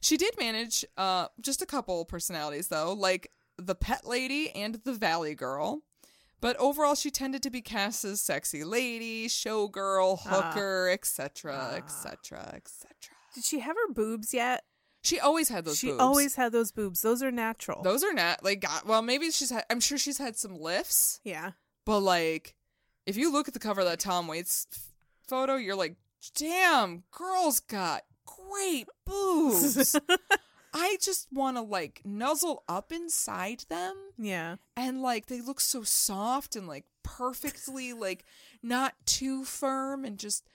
She did manage uh, just a couple personalities, though, like the pet lady and the valley girl. But overall, she tended to be cast as sexy lady, showgirl,
Ah.
hooker, etc., etc., etc.
Did she have her boobs yet?
She always had those
she
boobs.
always had those boobs. Those are natural.
those are not like God. Well, maybe she's. Had, I'm sure she's had some lifts,
yeah.
but like, if you look at the cover of that Tom Waits f- photo, you're like, damn, girl's got great boobs. I just want to like nuzzle up inside them
yeah.
and like they look so soft and like perfectly like not too firm and just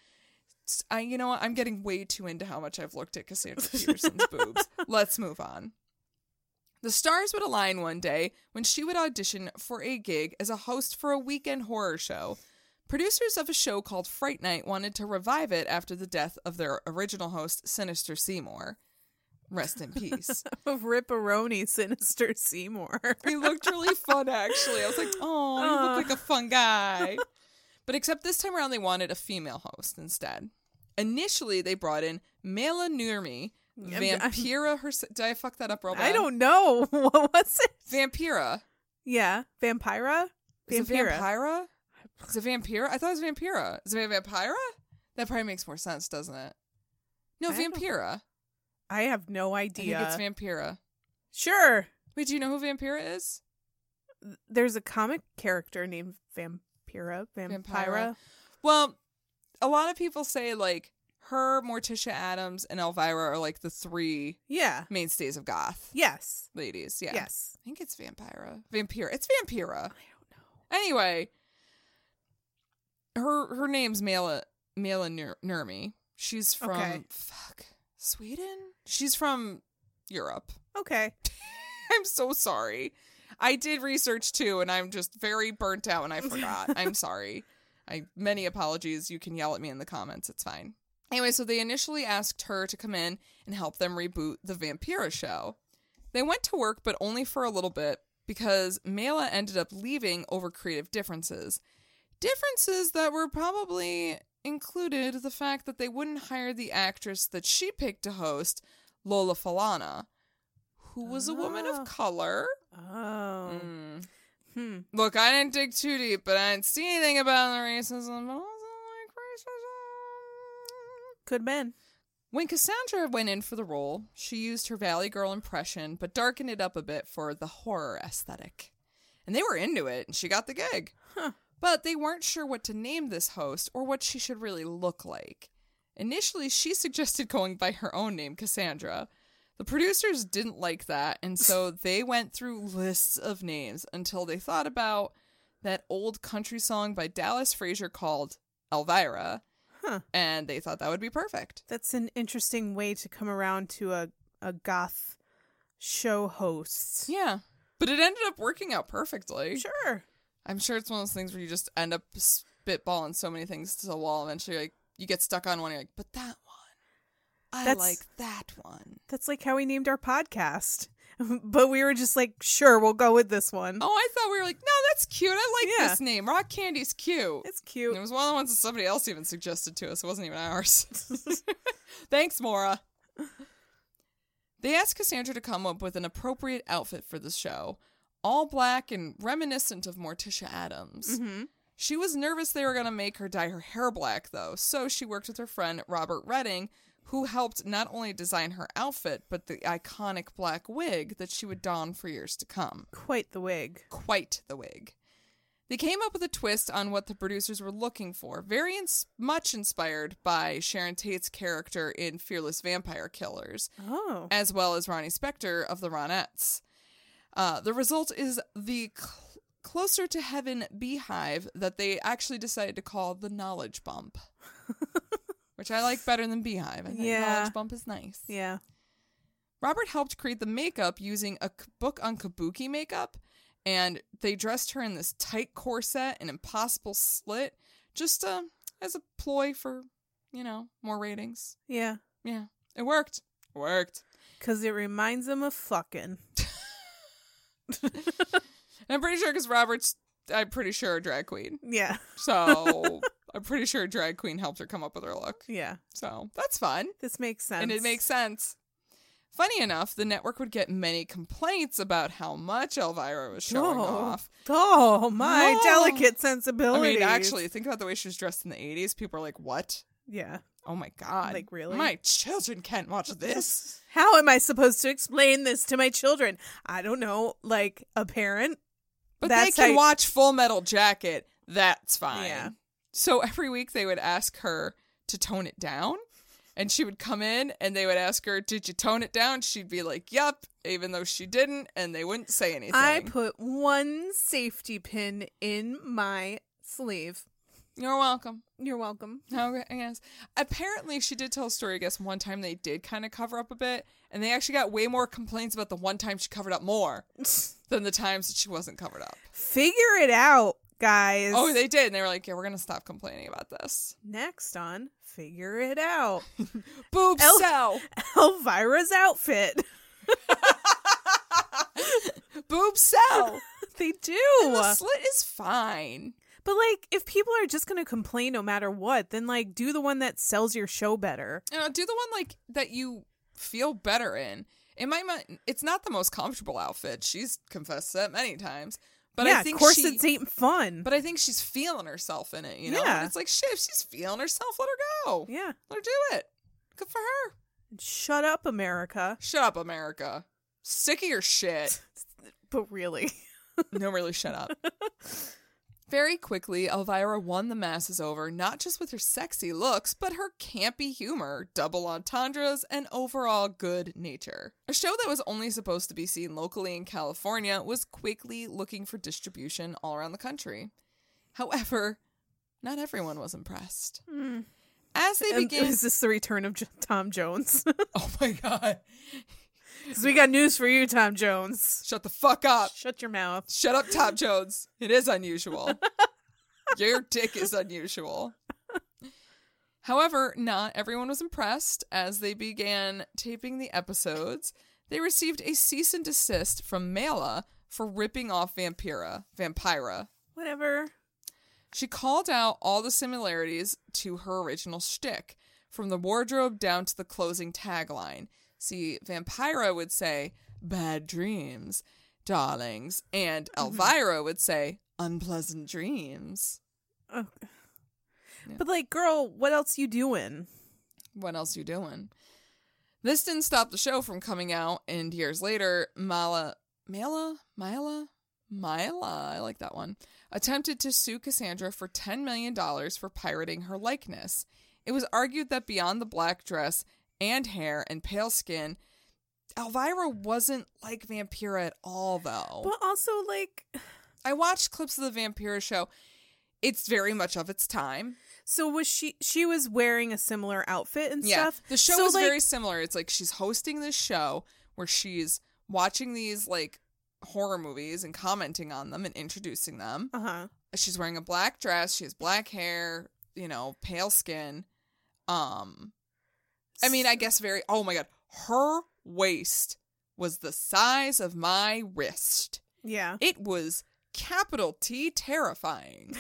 I you know what I'm getting way too into how much I've looked at Cassandra Peterson's boobs. Let's move on. The stars would align one day when she would audition for a gig as a host for a weekend horror show. Producers of a show called Fright Night wanted to revive it after the death of their original host, Sinister Seymour. Rest in peace.
Ripperoni, Sinister Seymour.
He looked really fun, actually. I was like, oh, you look like a fun guy. But except this time around, they wanted a female host instead. Initially, they brought in Mela Nurmi, Vampira herself. Did I fuck that up real bad?
I don't know. what was it?
Vampira.
Yeah. Vampira?
Is it
Vampira.
Vampira? Is it Vampira? I thought it was Vampira. Is it Vampira? That probably makes more sense, doesn't it? No,
I don't-
Vampira.
I have no
I think
idea.
it's Vampira.
sure.
Wait, do you know who Vampira is?
There's a comic character named Vampira. Vampira.
Vampira. Well, a lot of people say like her, Morticia Adams, and Elvira are like the three
Yeah.
mainstays of goth
Yes.
ladies. Yeah.
Yes.
I think it's Vampira. Vampira. It's Vampira. I don't know. Anyway, her her name's Mela Mela Nur- Nurmi. She's from
Okay.
fuck Sweden. She's from Europe.
Okay.
I'm so sorry. I did research too, and I'm just very burnt out and I forgot. I'm sorry. I many apologies. You can yell at me in the comments. It's fine. Anyway, so they initially asked her to come in and help them reboot the Vampira show. They went to work, but only for a little bit because Mela ended up leaving over creative differences. Differences that were probably included the fact that they wouldn't hire the actress that she picked to host, Lola Falana, who was a woman
Ah.
of color.
Oh.
Mm.
Hmm.
Look, I didn't dig too deep, but I didn't see anything about the racism. but also, like, racism.
Good men.
When Cassandra went in for the role, she used her Valley Girl impression, but darkened it up a bit for the horror aesthetic. And they were into it, and she got the gig. But they weren't sure what to name this host or what she should really look like. Initially, she suggested going by her own name, Cassandra. The producers didn't like that, and so they went through lists of names until they thought about that old country song by Dallas Frazier called Elvira,
Huh.
and they thought that would be perfect.
That's an interesting way to come around to a, a goth show host.
Yeah. But it ended up working out perfectly.
Sure.
I'm sure it's one of those things where you just end up spitballing so many things to the wall. Eventually, like you get stuck on one. You're like, but that one, I
That's-
like that one.
That's like how we named our podcast. but we were just like, sure, we'll go with this one.
Oh, I thought we were like, no, that's cute. I like
Yeah.
this name. Rock Candy's cute.
It's
It
cute.
was one of the ones that somebody else even suggested to us. It wasn't even ours. Thanks, Mora. They asked Cassandra to come up with an appropriate outfit for the show, all black and reminiscent of Morticia Adams. She was nervous they were going to make her dye her hair black, though, so she worked with her friend Robert Redding, who helped not only design her outfit, but the iconic black wig that she would don for years to come.
Quite the wig.
Quite the wig. They came up with a twist on what the producers were looking for, very ins- much inspired by Sharon Tate's character in Fearless Vampire Killers,
Oh.
as well as Ronnie Spector of the Ronettes. Uh, the result is the cl- Closer to Heaven beehive that they actually decided to call the Knowledge Bump, which I like better than beehive. I think
Yeah.
Knowledge Bump is nice.
Yeah.
Robert helped create the makeup using a k- book on kabuki makeup, and they dressed her in this tight corset and impossible slit just uh, as a ploy for, you know, more ratings.
Yeah.
Yeah, it worked. It worked.
Because it reminds them of fucking.
And I'm pretty sure because Robert's, I'm pretty sure, a drag queen.
Yeah.
So I'm pretty sure a drag queen helped her come up with her look.
Yeah.
So that's fun.
This makes sense.
And it makes sense. Funny enough, the network would get many complaints about how much Elvira was showing
oh.
off.
Oh, my
No.
delicate
I
sensibilities.
mean, actually, think about the way she was dressed in the 80s. People are like, what?
Yeah.
Oh my God.
Like, really?
My children can't watch this.
How am I supposed to explain this to my children? I don't know. Like a parent?
But
That's
they can
how-
watch Full Metal Jacket. That's fine.
Yeah.
So every week they would ask her to tone it down. And she would come in and they would ask her, Did you tone it down? She'd be like, Yep, even though she didn't. And they wouldn't say anything.
I put one safety pin in my sleeve.
You're welcome.
You're welcome.
Okay, Oh, I guess. Apparently, she did tell a story. I guess one time they did kind of cover up a bit, and they actually got way more complaints about the one time she covered up more than the times that she wasn't covered up.
Figure it out, guys.
Oh, they did, and they were like, "Yeah, we're gonna stop complaining about this."
Next on Figure It Out.
Boob
El-
sell,
Elvira's outfit.
boob sell.
They do.
And the slit is fine.
But like if people are just going to complain no matter what, then like do the one that sells your show better.
You know, do the one like that you feel better in. It might, not- it's not the most comfortable outfit. She's confessed that many times, but
yeah,
I think she-
corsets ain't fun.
But I think she's feeling herself in it, you know? And
Yeah.
it's like, shit, if she's feeling herself, let her go.
yeah.
Let her do it. Good for her.
Shut up, America.
Shut up, America. Sick of your shit.
But Oh, really.
no, really, shut up. Very quickly, Elvira won the masses over, not just with her sexy looks, but her campy humor, double entendres, and overall good nature. A show that was only supposed to be seen locally in California was quickly looking for distribution all around the country. However, not everyone was impressed. As they
And
began,
is this the return of J- Tom Jones?
oh my god,
Because we got news for you, Tom Jones.
shut the fuck up!
Shut your mouth.
Shut up, Tom Jones. It is unusual. Your dick is unusual. However, not everyone was impressed as they began taping the episodes. They received a cease and desist from Mela for ripping off Vampira, Vampira.
Whatever.
She called out all the similarities to her original shtick, from the wardrobe down to the closing tagline. See, Vampira would say, Bad dreams, darlings, and Elvira would say, Unpleasant dreams.
Oh. But like, girl, what else you doing?
What else you doing? This didn't stop the show from coming out, and years later, Mala, Mala, Mila, Mila, I like that one, attempted to sue Cassandra for $10 million for pirating her likeness. It was argued that beyond the black dress and hair and pale skin, Elvira wasn't like Vampira at all, though.
But also like,
I watched clips of the Vampira show. It's very much of its time.
so was she? She was wearing a similar outfit and stuff.
The show
so,
is
like,
very similar. It's like she's hosting this show where she's watching these like horror movies and commenting on them and introducing them.
Uh huh.
She's wearing a black dress, she has black hair, you know, pale skin. Um I mean, I guess very oh my god, her waist was the size of my wrist.
Yeah.
It was capital T terrifying.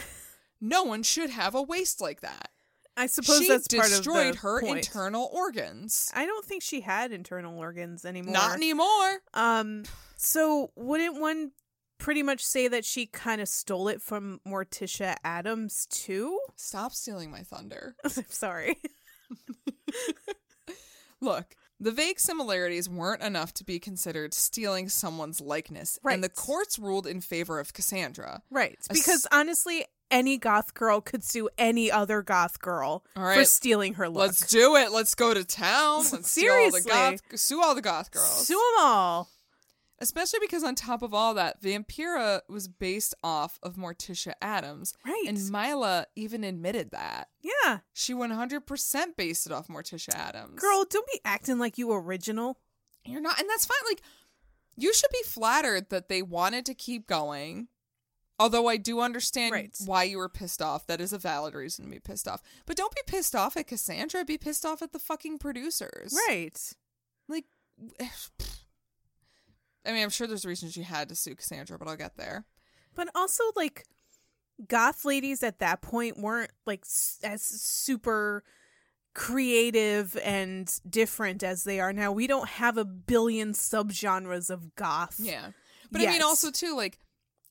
No one should have a waist like that.
I suppose
she
that's part
destroyed
of the
her
point.
internal organs.
I don't think she had internal organs anymore.
Not anymore.
um. So wouldn't one pretty much say that she kind of stole it from Morticia Adams too.
Stop stealing my thunder.
I'm sorry.
Look, the vague similarities weren't enough to be considered stealing someone's likeness, and the
Right.
courts ruled in favor of Cassandra.
Right.
A
Because honestly, any goth girl could sue any other goth girl for
All right,
stealing her look.
Let's do it. Let's go to town. Let's
Seriously.
sue all the goth, sue all the goth girls.
Sue them all.
Especially because on top of all that, Vampira was based off of Morticia Adams,
Right.
And Mila even admitted that
Yeah.
she 100% based it off Morticia Adams.
Girl, don't be acting like you original.
You're not, and that's fine. Like, you should be flattered that they wanted to keep going. Although I do understand
Right.
why you were pissed off. That is a valid reason to be pissed off. But don't be pissed off at Cassandra. Be pissed off at the fucking producers.
Right.
Like, I mean, I'm sure there's reasons you had to sue Cassandra, but I'll get there.
But also, like, goth ladies at that point weren't, like, s- as super creative and different as they are now. We don't have a billion subgenres of goth.
Yeah. But I mean,
Yes.
also, too, like,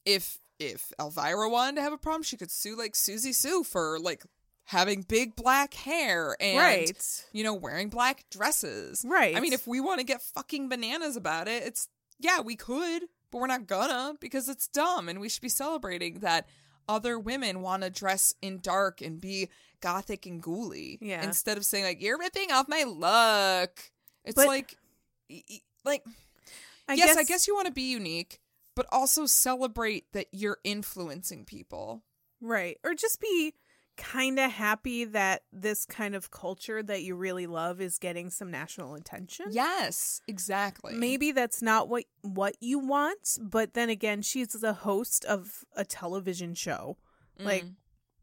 if if Elvira wanted to have a problem, she could sue, like, Susie Sue for, like, having big black hair and
Right.
you know, wearing black dresses.
Right.
I mean, if we want to get fucking bananas about it, it's, yeah, we could, but we're not gonna because it's dumb and we should be celebrating that other women want to dress in dark and be gothic and ghouly.
Yeah.
Instead of saying, like, you're ripping off my look. It's
But-
like, y- y- like,
I
yes, I guess you want to be unique, but also celebrate that you're influencing people.
Right. Or just be kind of happy that this kind of culture that you really love is getting some national attention.
Yes, exactly.
Maybe that's not what what you want, but then again, she's the host of a television show.
Mm-hmm.
Like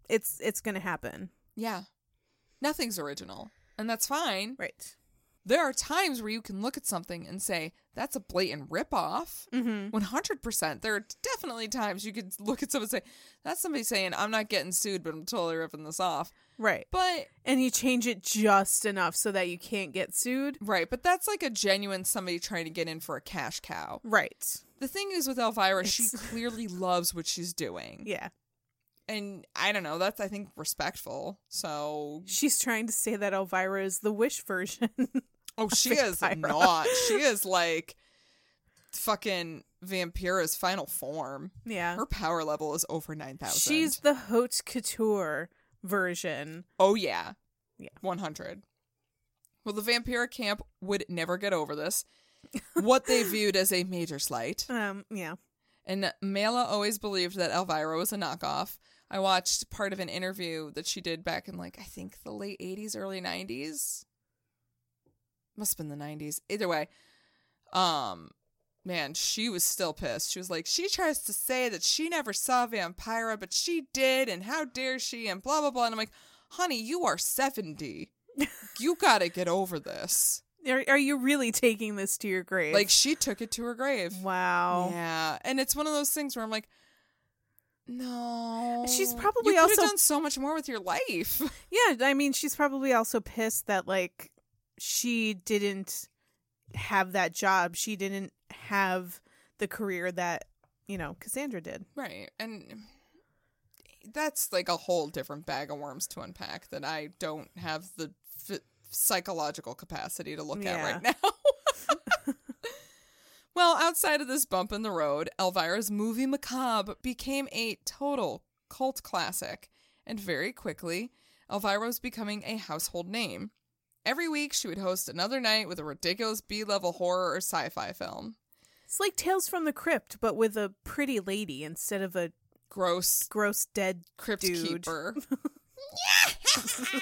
it's it's going to happen.
Yeah. Nothing's original. And that's fine.
Right.
There are times where you can look at something and say, that's a blatant ripoff. Mm-hmm. 100%. There are definitely times you could look at someone and say, that's somebody saying, I'm not getting sued, but I'm totally ripping this off.
Right.
But,
And you change it just enough so that you can't get sued.
right, but that's like a genuine somebody trying to get in for a cash cow.
Right.
The thing is with Elvira, she
It's-
clearly loves what she's doing.
Yeah.
And I don't know, that's, I think, respectful. So
She's trying to say that Elvira is the wish version.
Oh, she
think
is
Pyra.
not. She is like fucking Vampira's final form.
yeah.
Her power level is over 9,000.
She's the haute couture version.
Oh, yeah.
Yeah.
100. Well, the Vampira camp would never get over this. what they viewed as a major slight.
Um, yeah.
And Mela always believed that Elvira was a knockoff. I watched part of an interview that she did back in like I think the late eighties, early nineties. Must have been the nineties. Either way. Um man, she was still pissed. She was like, She tries to say that she never saw Vampira, but she did, and how dare she, and blah blah blah. And I'm like, honey, you are seventy. you gotta get over this.
Are, are you really taking this to your grave?
Like she took it to her grave.
wow.
Yeah, and it's one of those things where I'm like, no,
She's probably
you could
also-
have done so much more with your life.
Yeah. I mean, she's probably also pissed that like she didn't have that job. She didn't have the career that you know Cassandra did.
right, and that's like a whole different bag of worms to unpack that I don't have the f- psychological capacity to look
Yeah.
at right now. well, outside of this bump in the road, Elvira's movie Macabre became a total cult classic, and very quickly, Elvira was becoming a household name. Every week, she would host another night with a ridiculous B level horror or sci fi film.
It's like Tales from the Crypt, but with a pretty lady instead of a
Gross
gross dead
crypt
dude.
keeper.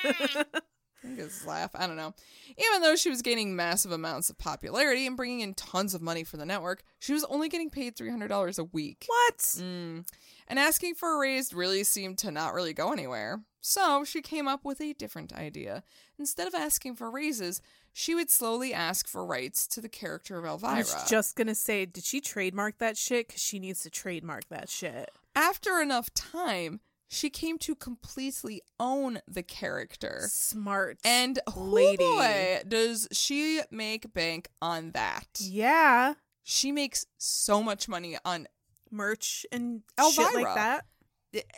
I just laugh. I don't know. Even though she was gaining massive amounts of popularity and bringing in tons of money for the network, she was only getting paid three hundred dollars a week.
What?
And asking for a raise really seemed to not really go anywhere. So she came up with a different idea. Instead of asking for raises, she would slowly ask for rights to the character of
I
Elvira.
was just gonna say, did she trademark that shit? Because she needs to trademark that shit.
After enough time, she came to completely own the character.
Smart
And
lady.
lady. boy, does she make bank on that?
Yeah.
She makes so much money on
merch and shit
Elvira.
like that.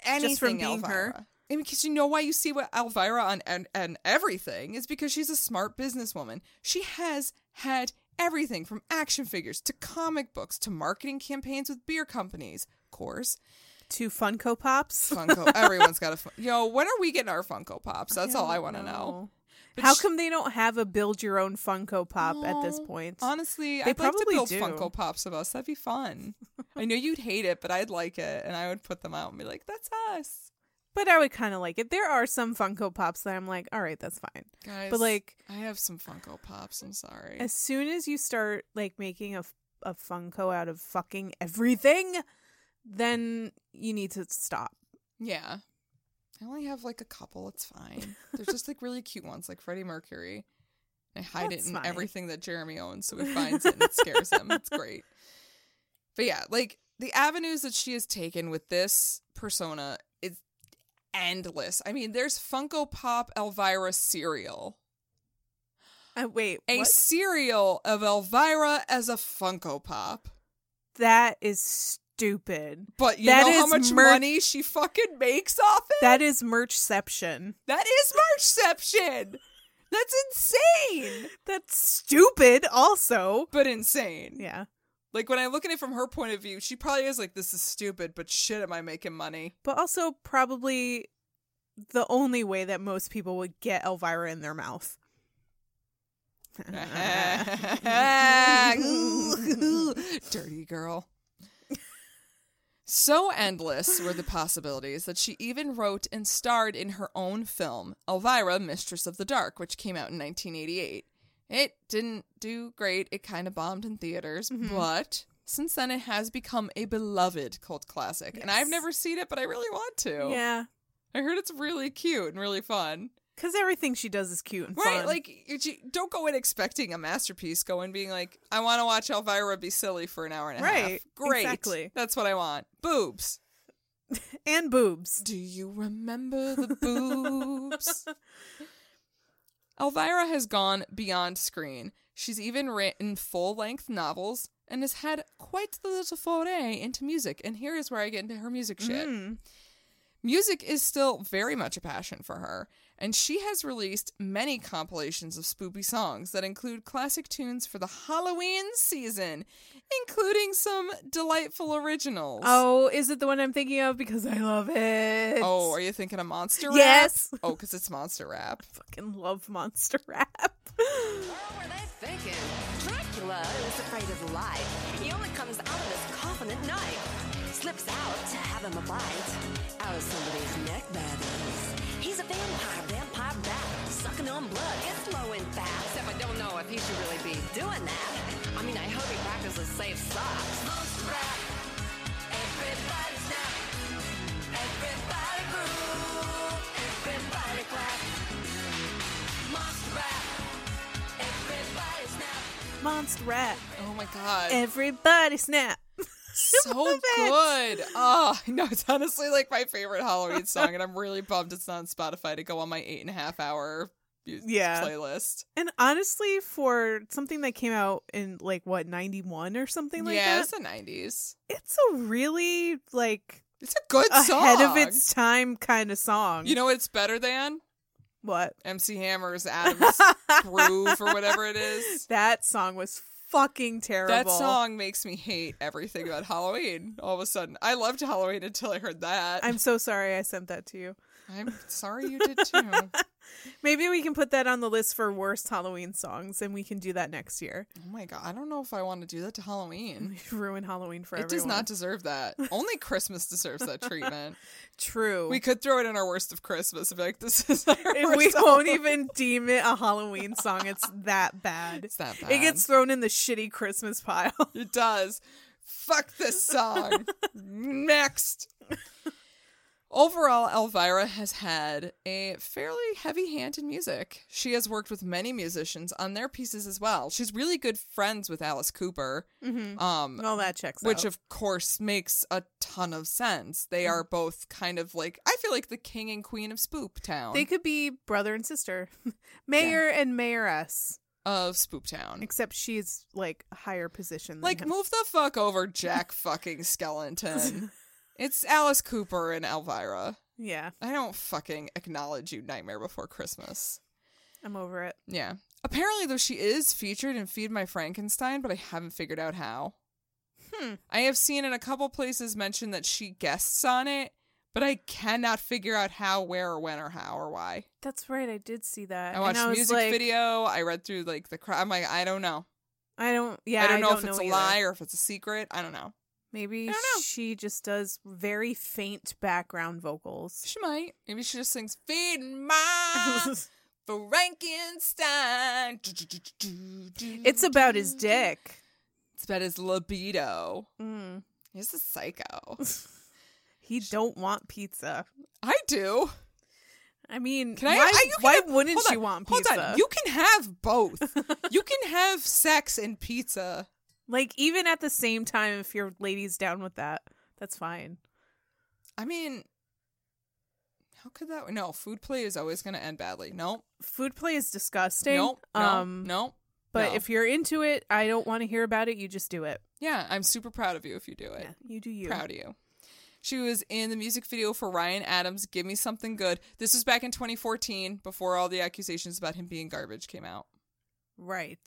anything
from being
Elvira.
her.
And because you know why you see what Elvira on and, and everything is because she's a smart businesswoman. She has had everything from action figures to comic books to marketing campaigns with beer companies. Of course,
To Funko Pops.
Funko. everyone's got a fun- yo. When are we getting our Funko Pops? That's all I want to know. But
How
sh-
come they don't have a build your own Funko Pop at this
No.
point? They
Honestly, I'd like to
probably
build
do.
Funko Pops of us. That'd be fun. I know you'd hate it, but I'd like it, and I would put them out and be like, "That's us,
but I would kind of like it. There are some Funko Pops that I'm like, all right, that's fine.
guys."
But like,
I have some Funko Pops. I'm sorry.
as soon as you start like making a, f- a Funko out of fucking everything, then you need to stop.
Yeah. I only have like a couple. It's fine. They're just like really cute ones, like Freddie Mercury. I hide
That's
it in
fine.
everything that Jeremy owns, so he finds it and it scares him. It's great. But yeah, like the avenues that she has taken with this persona is endless. I mean, there's Funko Pop Elvira cereal.
Uh, wait,
A
what?
cereal of Elvira as a Funko Pop.
that is stupid.
But you
That
know how
is
much
mer-
money she fucking makes off it?
That is merchception.
That is merchception. That's insane.
That's stupid. Also,
But insane.
yeah.
Like when I look at it from her point of view, she probably is like, this is stupid, but shit, am I making money?
but also probably the only way that most people would get Elvira in their mouth.
Dirty girl. So endless were the possibilities that she even wrote and starred in her own film, Elvira, Mistress of the Dark, which came out in 1988. It didn't do great. It kind of bombed in theaters,
Mm-hmm.
but since then it has become a beloved cult classic. And I've
Yes.
never seen it, but I really want to.
yeah,
I heard it's really cute and really fun.
because everything she does is cute and
Right,
fun.
like you, you don't go in expecting a masterpiece. Go in being like, I want to watch Elvira be silly for an hour and a half.
Right,
Great,
exactly.
That's what I want. Boobs.
and boobs.
Do you remember the boobs? Elvira has gone beyond screen. She's even written full length novels and has had quite the little foray into music. And here is where I get into her music shit. Music is still very much a passion for her, and she has released many compilations of spoopy songs that include classic tunes for the Halloween season, including some delightful originals.
Oh, is it the one I'm thinking of? Because I love it.
Oh, are you thinking of Monster Rap?
Yes.
Oh, because it's Monster Rap.
fucking love monster rap.
What were they thinking? Dracula is afraid of life. He only comes out of his coffin at night. Slips out to have him a bite. Out of somebody's neck, that is. He's a vampire, vampire bat. Sucking on blood, gets low in fat. Except I don't know if he should really be doing that. I mean, I hope he practices safe socks. Most rap. Everybody snap. Everybody groove. Everybody clap. Most rap. Everybody snap.
monster rap.
Oh my god.
Everybody snap.
so
love it.
good. Oh, no, it's honestly like my favorite Halloween song, and I'm really bummed it's not on Spotify to go on my eight and a half hour mu-
Yeah.
playlist.
And honestly, for something that came out in like what ninety one or something like
yeah,
that,
it's the 90s.
it's a really like
It's a good song.
ahead of its time kind of song.
You know what it's better than?
what?
MC Hammer's Adam's Groove or whatever it is.
That song was fucking terrible.
That song makes me hate everything about Halloween all of a sudden. I loved Halloween until I heard that.
I'm so sorry I sent that to you.
I'm sorry you did too.
Maybe we can put that on the list for worst Halloween songs and we can do that next year.
Oh my god, I don't know if I want to do that to Halloween.
Ruin Halloween for
It does
everyone.
not deserve that. Only Christmas deserves that treatment.
True.
We could throw it in our worst of Christmas and be like, this is our
And
worst
we won't
Halloween.
even deem it a Halloween song. It's that bad.
It's that
It
bad.
gets thrown in the shitty Christmas pile.
It does. Fuck this song. Next. Overall, Elvira has had a fairly heavy hand in music. She has worked with many musicians on their pieces as well. She's really good friends with Alice Cooper, um,
All that checks
which
out.
of course makes a ton of sense. They are both kind of like I feel like the king and queen of Spoop Town.
they could be brother and sister, mayor and mayoress.
of Spooptown.
Except she's like a higher position than
Like,
him.
move the fuck over, Jack fucking Skellington. It's Alice Cooper and Elvira.
Yeah,
I don't fucking acknowledge you, Nightmare Before Christmas.
I'm over it.
Yeah. Apparently, though, she is featured in Feed My Frankenstein, but I haven't figured out how.
Hmm.
I have seen in a couple places mention that she guests on it, but I cannot figure out how, where, or when, or how, or why.
That's right. I did see that.
I watched
and I
a
was
music
like,
video. I read through like the crowd. I'm like, I don't know.
I don't. Yeah,
I don't know if
know
it's
either.
a lie or if it's a secret. I don't know.
Maybe
I don't know.
she just does very faint background vocals.
She might. Maybe she just sings "Feed My Frankenstein."
It's about his dick.
It's about his libido.
Mm.
He's a psycho.
He don't want pizza.
I do.
I mean,
Can I?
why,
I- you can
why
have-
wouldn't
hold
she
on,
want pizza?
Hold on. You can have both. you can have sex and pizza.
like even at the same time, if your lady's down with that, that's fine.
I mean, how could that? No, food play is always going to end badly. Nope.
Food play is disgusting.
Nope. No,
um,
no.
But
no.
if you're into it, I don't want to hear about it. You just do it.
yeah, I'm super proud of you if you do it.
Yeah, you do you.
Proud of you. She was in the music video for Ryan Adams' "Give Me Something Good." This was back in 2014, before all the accusations about him being garbage came out.
Right.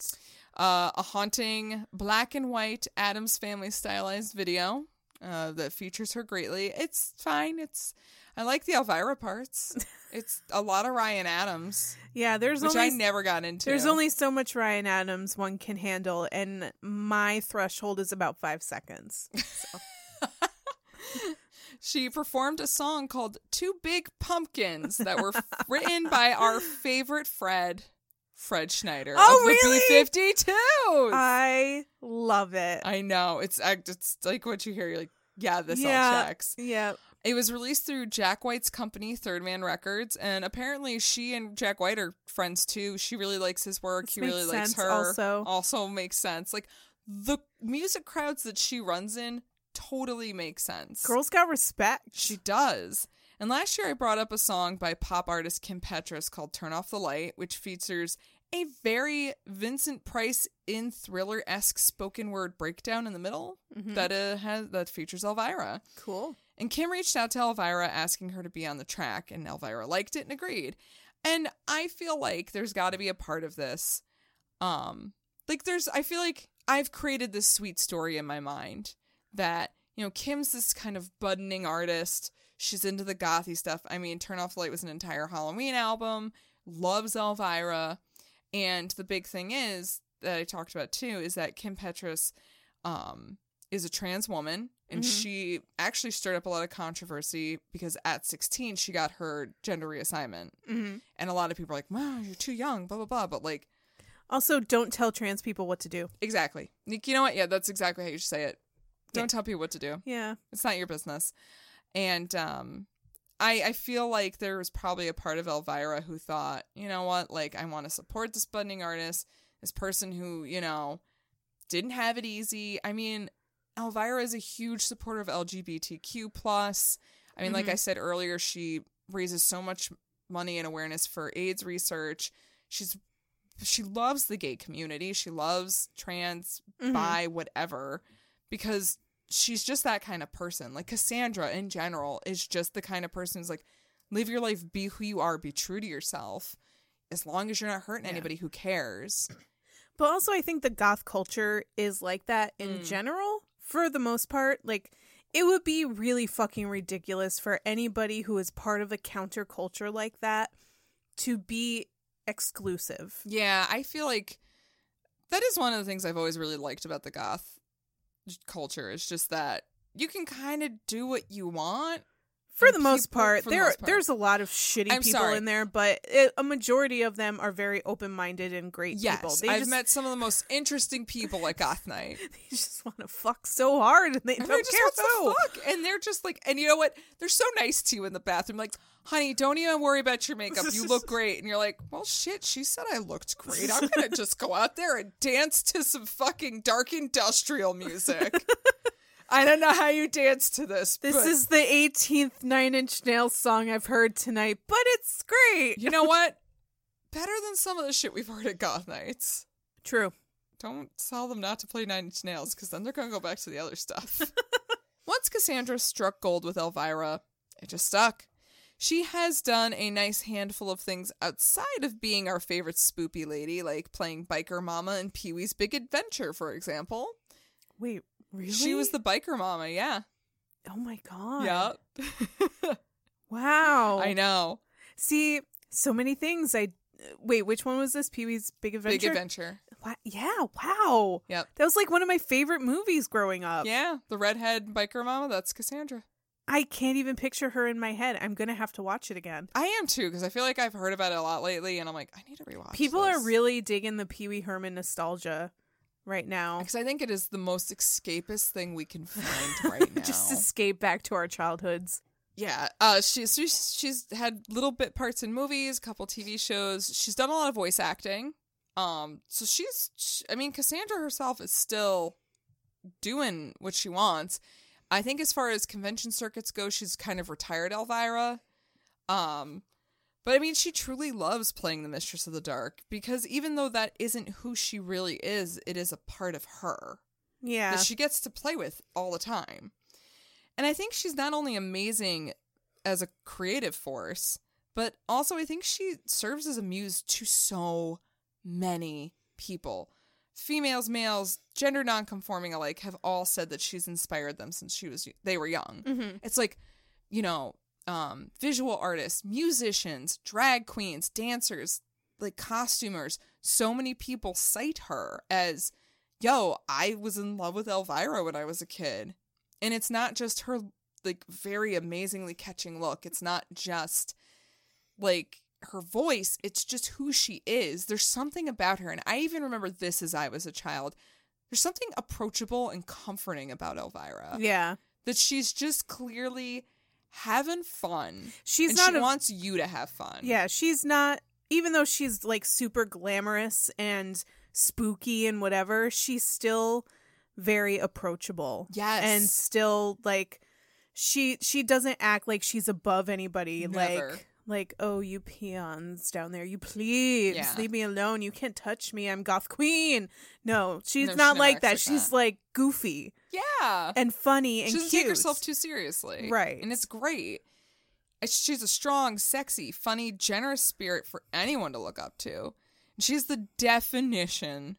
uh, a haunting black and white Adams Family stylized video uh, that features her greatly. It's fine. It's I like the Elvira parts. It's a lot of Ryan Adams,
Yeah, there's
which
only
I never got into.
there's only so much Ryan Adams one can handle, and my threshold is about five seconds.
she performed a song called Two Big Pumpkins" that were f- written by our favorite Fred, Fred Schneider.
Oh,
of
really? Uh
The B fifty-two.
I love it.
I know it's act- it's like what you hear. You're like, yeah, this all
Yeah.
checks.
yeah,
It was released through Jack White's company, Third Man Records, and apparently she and Jack White are friends too. She really likes his work.
This
he really
makes
likes
sense
her.
also.
also makes sense. Like the music crowds that she runs in totally make sense.
girls got respect.
She does. And last year I brought up a song by pop artist Kim Petras called Turn Off the Light, which features a very Vincent Price in thriller esque spoken word breakdown in the middle that uh, has that features Elvira.
cool.
And Kim reached out to Elvira asking her to be on the track, and Elvira liked it and agreed. And I feel like there's got to be a part of this. Um, like there's, I feel like I've created this sweet story in my mind that you know Kim's this kind of budding artist. She's into the gothy stuff. I mean, Turn Off the Light was an entire Halloween album. Loves Elvira, and the big thing is that I talked about too is that Kim Petras um, is a trans woman, and she actually stirred up a lot of controversy because at 16 she got her gender reassignment,
hmm
and a lot of people are like, "Wow, you're too young," blah blah blah. But like,
Also, don't tell trans people what to do.
exactly, Nick. You know what? Yeah, that's exactly how you should say it. Don't
Yeah.
tell people what to do.
Yeah,
It's not your business. And um, I I feel like there was probably a part of Elvira who thought, you know what? Like, I want to support this budding artist, this person who you know didn't have it easy. I mean, Elvira is a huge supporter of LGBTQ plus. I mean, like I said earlier, she raises so much money and awareness for AIDS research. She's she loves the gay community. She loves trans, bi, whatever, because she's just that kind of person. Like Cassandra in general is just the kind of person who's like, live your life, be who you are, be true to yourself. As long as you're not hurting anybody, who cares?
but also I think the goth culture is like that in
Hmm.
general for the most part. Like, it would be really fucking ridiculous for anybody who is part of a counterculture like that to be exclusive.
Yeah, I feel like that is one of the things I've always really liked about the goth culture is just that you can kind of do what you want.
For
And
the most
people-
part,
for the
there
most part.
there's a lot of shitty
I'm
people
sorry.
in there, but it, a majority of them are very open minded and great
Yes,
people.
I've
just,
met some of the most interesting people at Goth Night.
they just want to fuck so hard and they
Everyone
don't
just
care
wants
who.
to fuck, and they're just like, and you know what? They're so nice to you in the bathroom, like, honey, don't even worry about your makeup. You look great, and you're like, well, shit, she said I looked great. I'm gonna just go out there and dance to some fucking dark industrial music. I don't know how you dance to this.
This
but-
is the 18th Nine Inch Nails song I've heard tonight, but it's great.
You know what? Better than some of the shit we've heard at goth nights.
True.
Don't tell them not to play Nine Inch Nails because then they're going to go back to the other stuff. Once Cassandra struck gold with Elvira, it just stuck. She has done a nice handful of things outside of being our favorite spoopy lady, like playing Biker Mama in Pee Wee's Big Adventure, for example.
Wait, really?
She was the Biker Mama, yeah.
Oh my god.
Yep.
Wow.
I know.
See, so many things. I wait. Which one was this? Pee Wee's Big Adventure.
Big Adventure.
Wha- Yeah. Wow.
Yep.
That was like one of my favorite movies growing up.
Yeah, the redhead biker mama, that's Cassandra.
I can't even picture her in my head. I'm gonna have to watch it again.
I am too, because I feel like I've heard about it a lot lately, and I'm like, I need to rewatch.
People are really digging the Pee Wee Herman nostalgia right now.
because I think it is the most escapist thing we can find right now.
Just escape back to our childhoods.
Yeah, uh, she's she's she's had little bit parts in movies, couple TV shows. She's done a lot of voice acting. Um, so she's sh I mean, Cassandra herself is still doing what she wants. I think as far as convention circuits go, she's kind of retired Elvira. Um, but I mean, she truly loves playing the Mistress of the Dark because even though that isn't who she really is, it is a part of her
Yeah.
that she gets to play with all the time. And I think she's not only amazing as a creative force, but also I think she serves as a muse to so many people. Females, males, gender nonconforming alike have all said that she's inspired them since she was they were young. It's like, you know, um, visual artists, musicians, drag queens, dancers, like costumers. So many people cite her as yo, I was in love with Elvira when I was a kid. And it's not just her like very amazingly catching look. It's not just like her voice, it's just who she is. There's something about her and I even remember this as I was a child. There's something approachable and comforting about Elvira.
yeah.
That she's just clearly having fun.
She's
and
not
she
a-
wants you to have fun.
Yeah, she's not even though she's like super glamorous and spooky and whatever, she's still very approachable.
Yes.
And still like she she doesn't act like she's above anybody
Never.
like like oh you peons down there you please
Yeah.
leave me alone you can't touch me I'm goth queen. No, she's
No, she
not
never
like
acts
that.
like
she's
that.
like goofy
Yeah.
and funny and
she doesn't
cute.
take herself too seriously,
Right.
And it's great. It's- She's a strong, sexy, funny, generous spirit for anyone to look up to. And she's the definition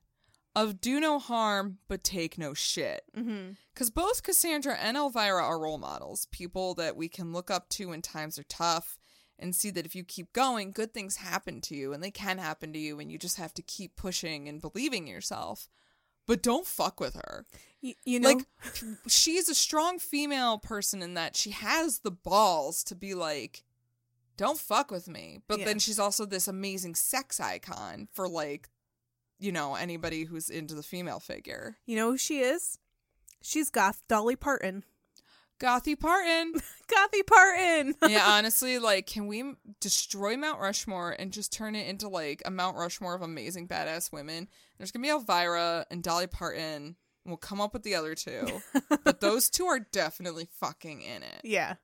of do no harm but take no shit.
Mm-hmm.
Because both Cassandra and Elvira are role models, people that we can look up to when times are tough and see that if you keep going, good things happen to you and they can happen to you, and you just have to keep pushing and believing in yourself. But don't fuck with her
Y- you know
like she's a strong female person in that she has the balls to be like don't fuck with me but
Yeah.
then she's also this amazing sex icon for like you know anybody who's into the female figure
you know who she is? She's goth Dolly Parton.
gothy parton
Gothy Parton.
yeah honestly like can we m- destroy mount rushmore and just turn it into like a mount rushmore of amazing badass women there's gonna be elvira and dolly parton and we'll come up with the other two but those two are definitely fucking in it
yeah.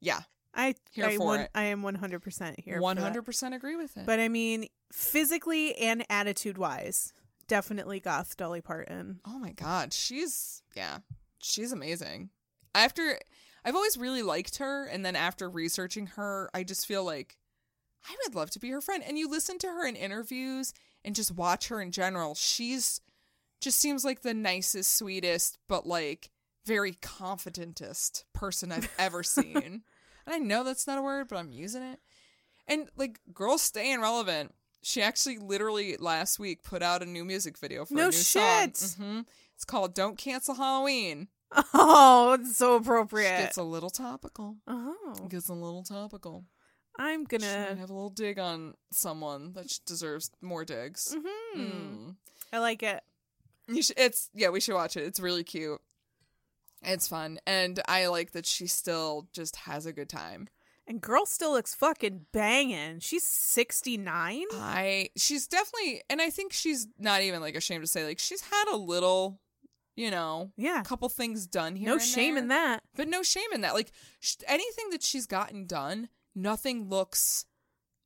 yeah
I
Here
I,
for
one,
it.
I am 100% here.
One
100
hundred percent agree with it.
But I mean physically and attitude wise, definitely goth Dolly Parton.
oh my god, she's yeah, she's amazing. After I've always really liked her, and then after researching her, I just feel like I would love to be her friend. And you listen to her in interviews and just watch her in general. She's just seems like the nicest, sweetest, but like very confidentest person I've ever seen. and I know that's not a word, but I'm using it. And like girls staying relevant. She actually literally last week put out a new music video for
No
a new
shit.
song. hmm It's called "Don't Cancel Halloween."
Oh, it's so
She
appropriate.
gets a little topical.
oh.
Gets a little topical.
I'm going
She might
to
have a little dig on someone that sh- deserves more digs.
Mm-hmm.
Mm.
I like it.
You sh- it's yeah, we should watch it. It's really cute. It's fun, and I like that she still just has a good time.
And girl still looks fucking banging. She's 69?
I she's definitely, and I think she's not even like ashamed to say like she's had a little, you know,
Yeah.
couple things done here.
No
and
shame
there.
in that.
But no shame in that. Like sh- anything that she's gotten done, nothing looks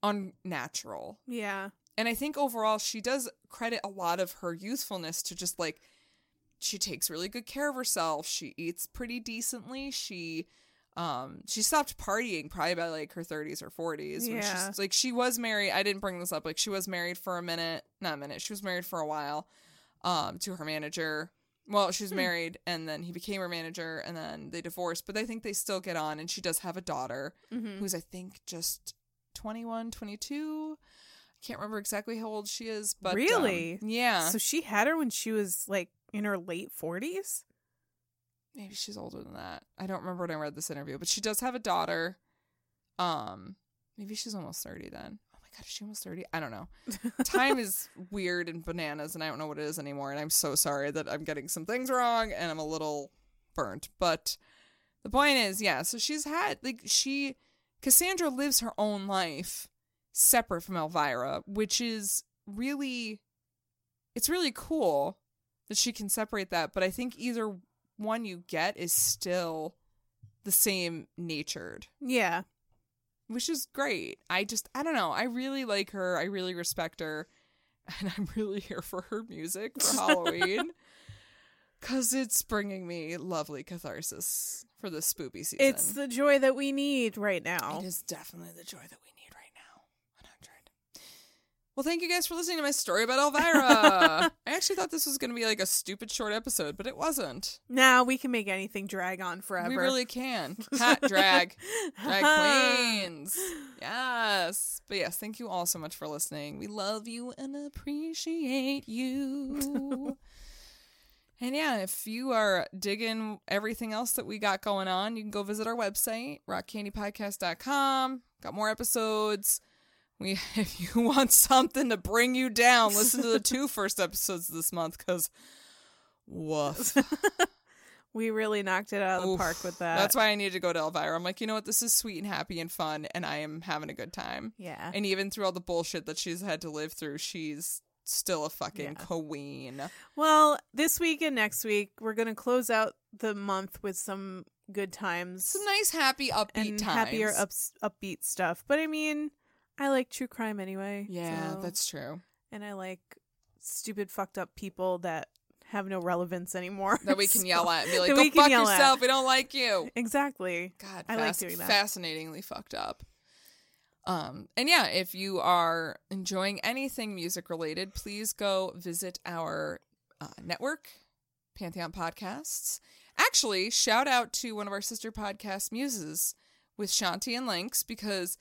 unnatural.
Yeah.
And I think overall, she does credit a lot of her youthfulness to just like, she takes really good care of herself. She eats pretty decently. She, um, she stopped partying probably by like her 30s or 40s. When
Yeah.
she's, like she was married. I didn't bring this up. Like she was married for a minute, not a minute. She was married for a while, um, to her manager. Well,
Hmm.
she was married, and then he became her manager, and then they divorced. But I think they still get on, and she does have a daughter
Mm-hmm.
who's I think just 21, 22. I can't remember exactly how old she is, but um,
Really?
yeah,
So she had her when she was like in her late 40s?
maybe she's older than that. I don't remember when I read this interview, but she does have a daughter. Um, maybe she's almost thirty then. Oh my god, is she almost thirty? I don't know. Time is weird and bananas, and I don't know what it is anymore. And I'm so sorry that I'm getting some things wrong, and I'm a little burnt. But the point is, yeah. So she's had like she, Cassandra lives her own life separate from Elvira, which is really, it's really cool that she can separate that. But I think either one you get is still the same natured,
Yeah.
which is great. I just, I don't know. I really like her. I really respect her. And I'm really here for her music for Halloween because it's bringing me lovely catharsis for this spoopy season. Oh.
It's the joy that we need right now.
It is definitely the joy that we need right now. 100. Well, thank you guys for listening to my story about Elvira. I actually thought this was going to be like a stupid short episode, but it wasn't.
Now we can make anything drag on forever.
We really can. Hot drag. drag queens. Yes. But yes, thank you all so much for listening. We love you and appreciate you. And yeah, if you are digging everything else that we got going on, you can go visit our website, rockcandypodcast.com. Got more episodes. We if you want something to bring you down, listen to the two first episodes this month cuz woof.
We really knocked it out of the
Oof.
park with that.
That's why I need to go to Elvira. I'm like, you know what? This is sweet and happy and fun, and I am having a good time.
Yeah.
And even through all the bullshit that she's had to live through, she's still a fucking queen.
Well, this week and next week, we're going to close out the month with some good times
Some nice, happy, upbeat
and
times.
happier, up- upbeat stuff. But I mean, I like true crime anyway.
Yeah,
so-
that's true.
And I like stupid, fucked up people that have no relevance anymore.
That we can yell at and be like,
That
go
we can
fuck
yell at.
yourself. We don't like you.
Exactly.
God,
I like
fas-
doing that.
Fascinatingly fucked up. Um, and yeah, if you are enjoying anything music related, please go visit our uh, network, Pantheon Podcasts. Actually, shout out to one of our sister podcast muses with Shanti and Lynx because,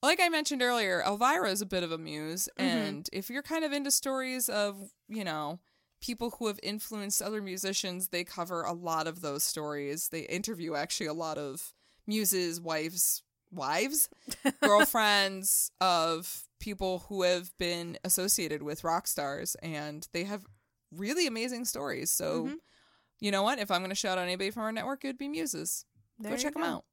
like I mentioned earlier, Elvira is a bit of a muse,
Mm-hmm.
and if you're kind of into stories of you know people who have influenced other musicians, they cover a lot of those stories. They interview actually a lot of muses, wives, wives, girlfriends of people who have been associated with rock stars, and they have really amazing stories. So,
Mm-hmm.
you know what? If I'm going to shout out anybody from our network, it would be Muses.
There
go
you
check them
go.
out.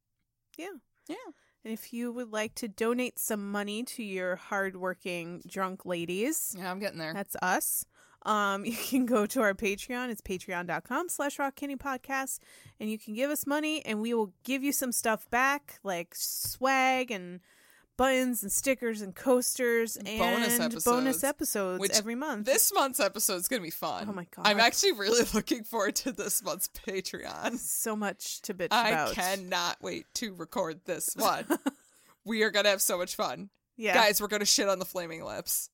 Yeah.
Yeah.
And if you would like to donate some money to your hardworking drunk ladies,
Yeah, I'm getting there.
That's us. Um, you can go to our Patreon. It's patreon.com slash rockcandypodcast. And you can give us money and we will give you some stuff back, like swag and buttons and stickers and coasters and
bonus episodes,
bonus episodes
which
every month.
This month's episode is going to be fun.
Oh my God.
I'm actually really looking forward to this month's Patreon.
so much to bitch
I
about.
cannot wait to record this one. we are going to have so much fun.
Yeah.
Guys, we're going to shit on the Flaming Lips.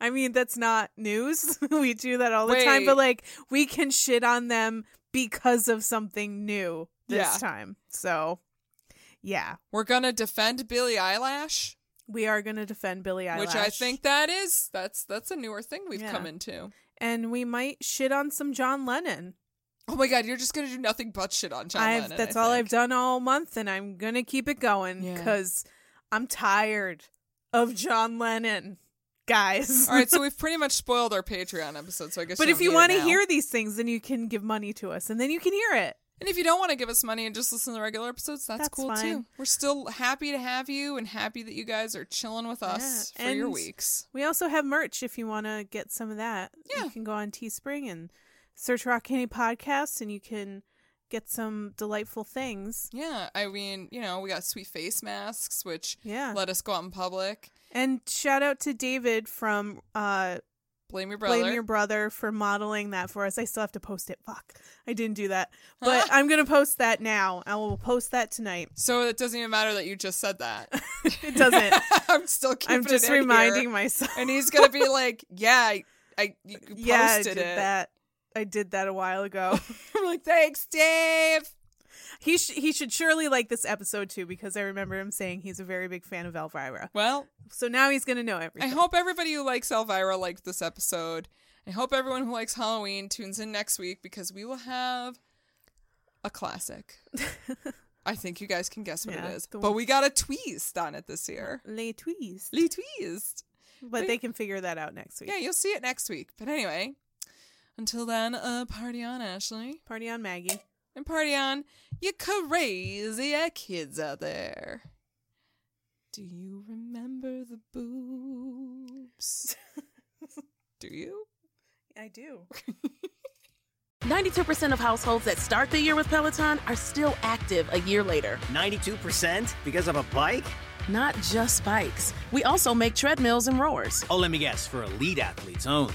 I mean, that's not news. we do that all the time, but like we can shit on them because of something new this
Yeah.
time. So, yeah.
We're going to defend Billie Eyelash,
We are going to defend Billie Eilish.
which I think that is. That's that's a newer thing we've
Yeah.
come into.
and we might shit on some John Lennon.
Oh my god, you're just going to do nothing but shit on John
I've
Lennon,
that's
I
all
think.
I've done all month, and I'm gonna keep it going
Yeah.
because I'm tired of John Lennon, guys.
All right, so we've pretty much spoiled our Patreon episode, so I guess
but
you
if you
want
want to hear these things, then you can give money to us, and then you can hear it.
And if you don't want to give us money and just listen to the regular episodes, that's,
That's
cool
fine.
too. We're still happy to have you and happy that you guys are chilling with us
Yeah,
for your
and-
weeks.
We also have merch if you want to get some of that.
Yeah.
You can go on Teespring and search Rock Candy Podcast, and you can get some delightful things.
Yeah, I mean, you know, we got sweet face masks, which
Yeah.
let us go out in public.
And shout out to David from uh,
Blame your brother.
Blame Your Brother for modeling that for us. I still have to post it. Fuck. I didn't do that. But I'm going to post that now. I will post that tonight.
so it doesn't even matter that you just said that.
It doesn't.
I'm still keeping
I'm just
it in
reminding
here.
myself.
And he's gonna be like, "Yeah, I, I you posted
yeah, I did
it."
that. I did that a while ago.
I'm like, "Thanks, Dave."
he sh- he should surely like this episode too because I remember him saying he's a very big fan of Elvira.
Well,
So now he's going to know
I
everything.
hope everybody who likes Elvira liked this episode. I hope everyone who likes Halloween tunes in next week because we will have a classic. I think you guys can guess what
Yeah,
it is.
the-
But we got a twist on it this year.
Les Tweez.
Lee twist.
But they can figure that out next week.
Yeah, you'll see it next week. But anyway, until then, uh, party on, Ashley.
Party on Maggie.
And party on, you crazy kids out there. Do you remember the boobs? Do you?
I do.
92% of households that start the year with Peloton are still active a year later.
92% because of a bike?
Not just bikes. We also make treadmills and rowers.
Oh, let me guess, for elite athletes only,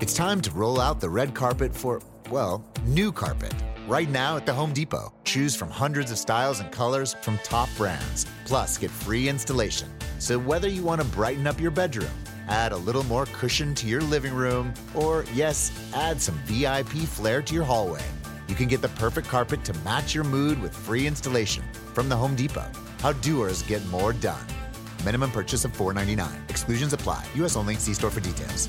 It's time to roll out the red carpet for, well, new carpet. Right now at the Home Depot, choose from hundreds of styles and colors from top brands. Plus, get free installation. So, whether you want to brighten up your bedroom, add a little more cushion to your living room, or yes, add some VIP flair to your hallway, you can get the perfect carpet to match your mood with free installation from the Home Depot. How doers get more done. Minimum purchase of $4.99. Exclusions apply. U.S. only. See store for details.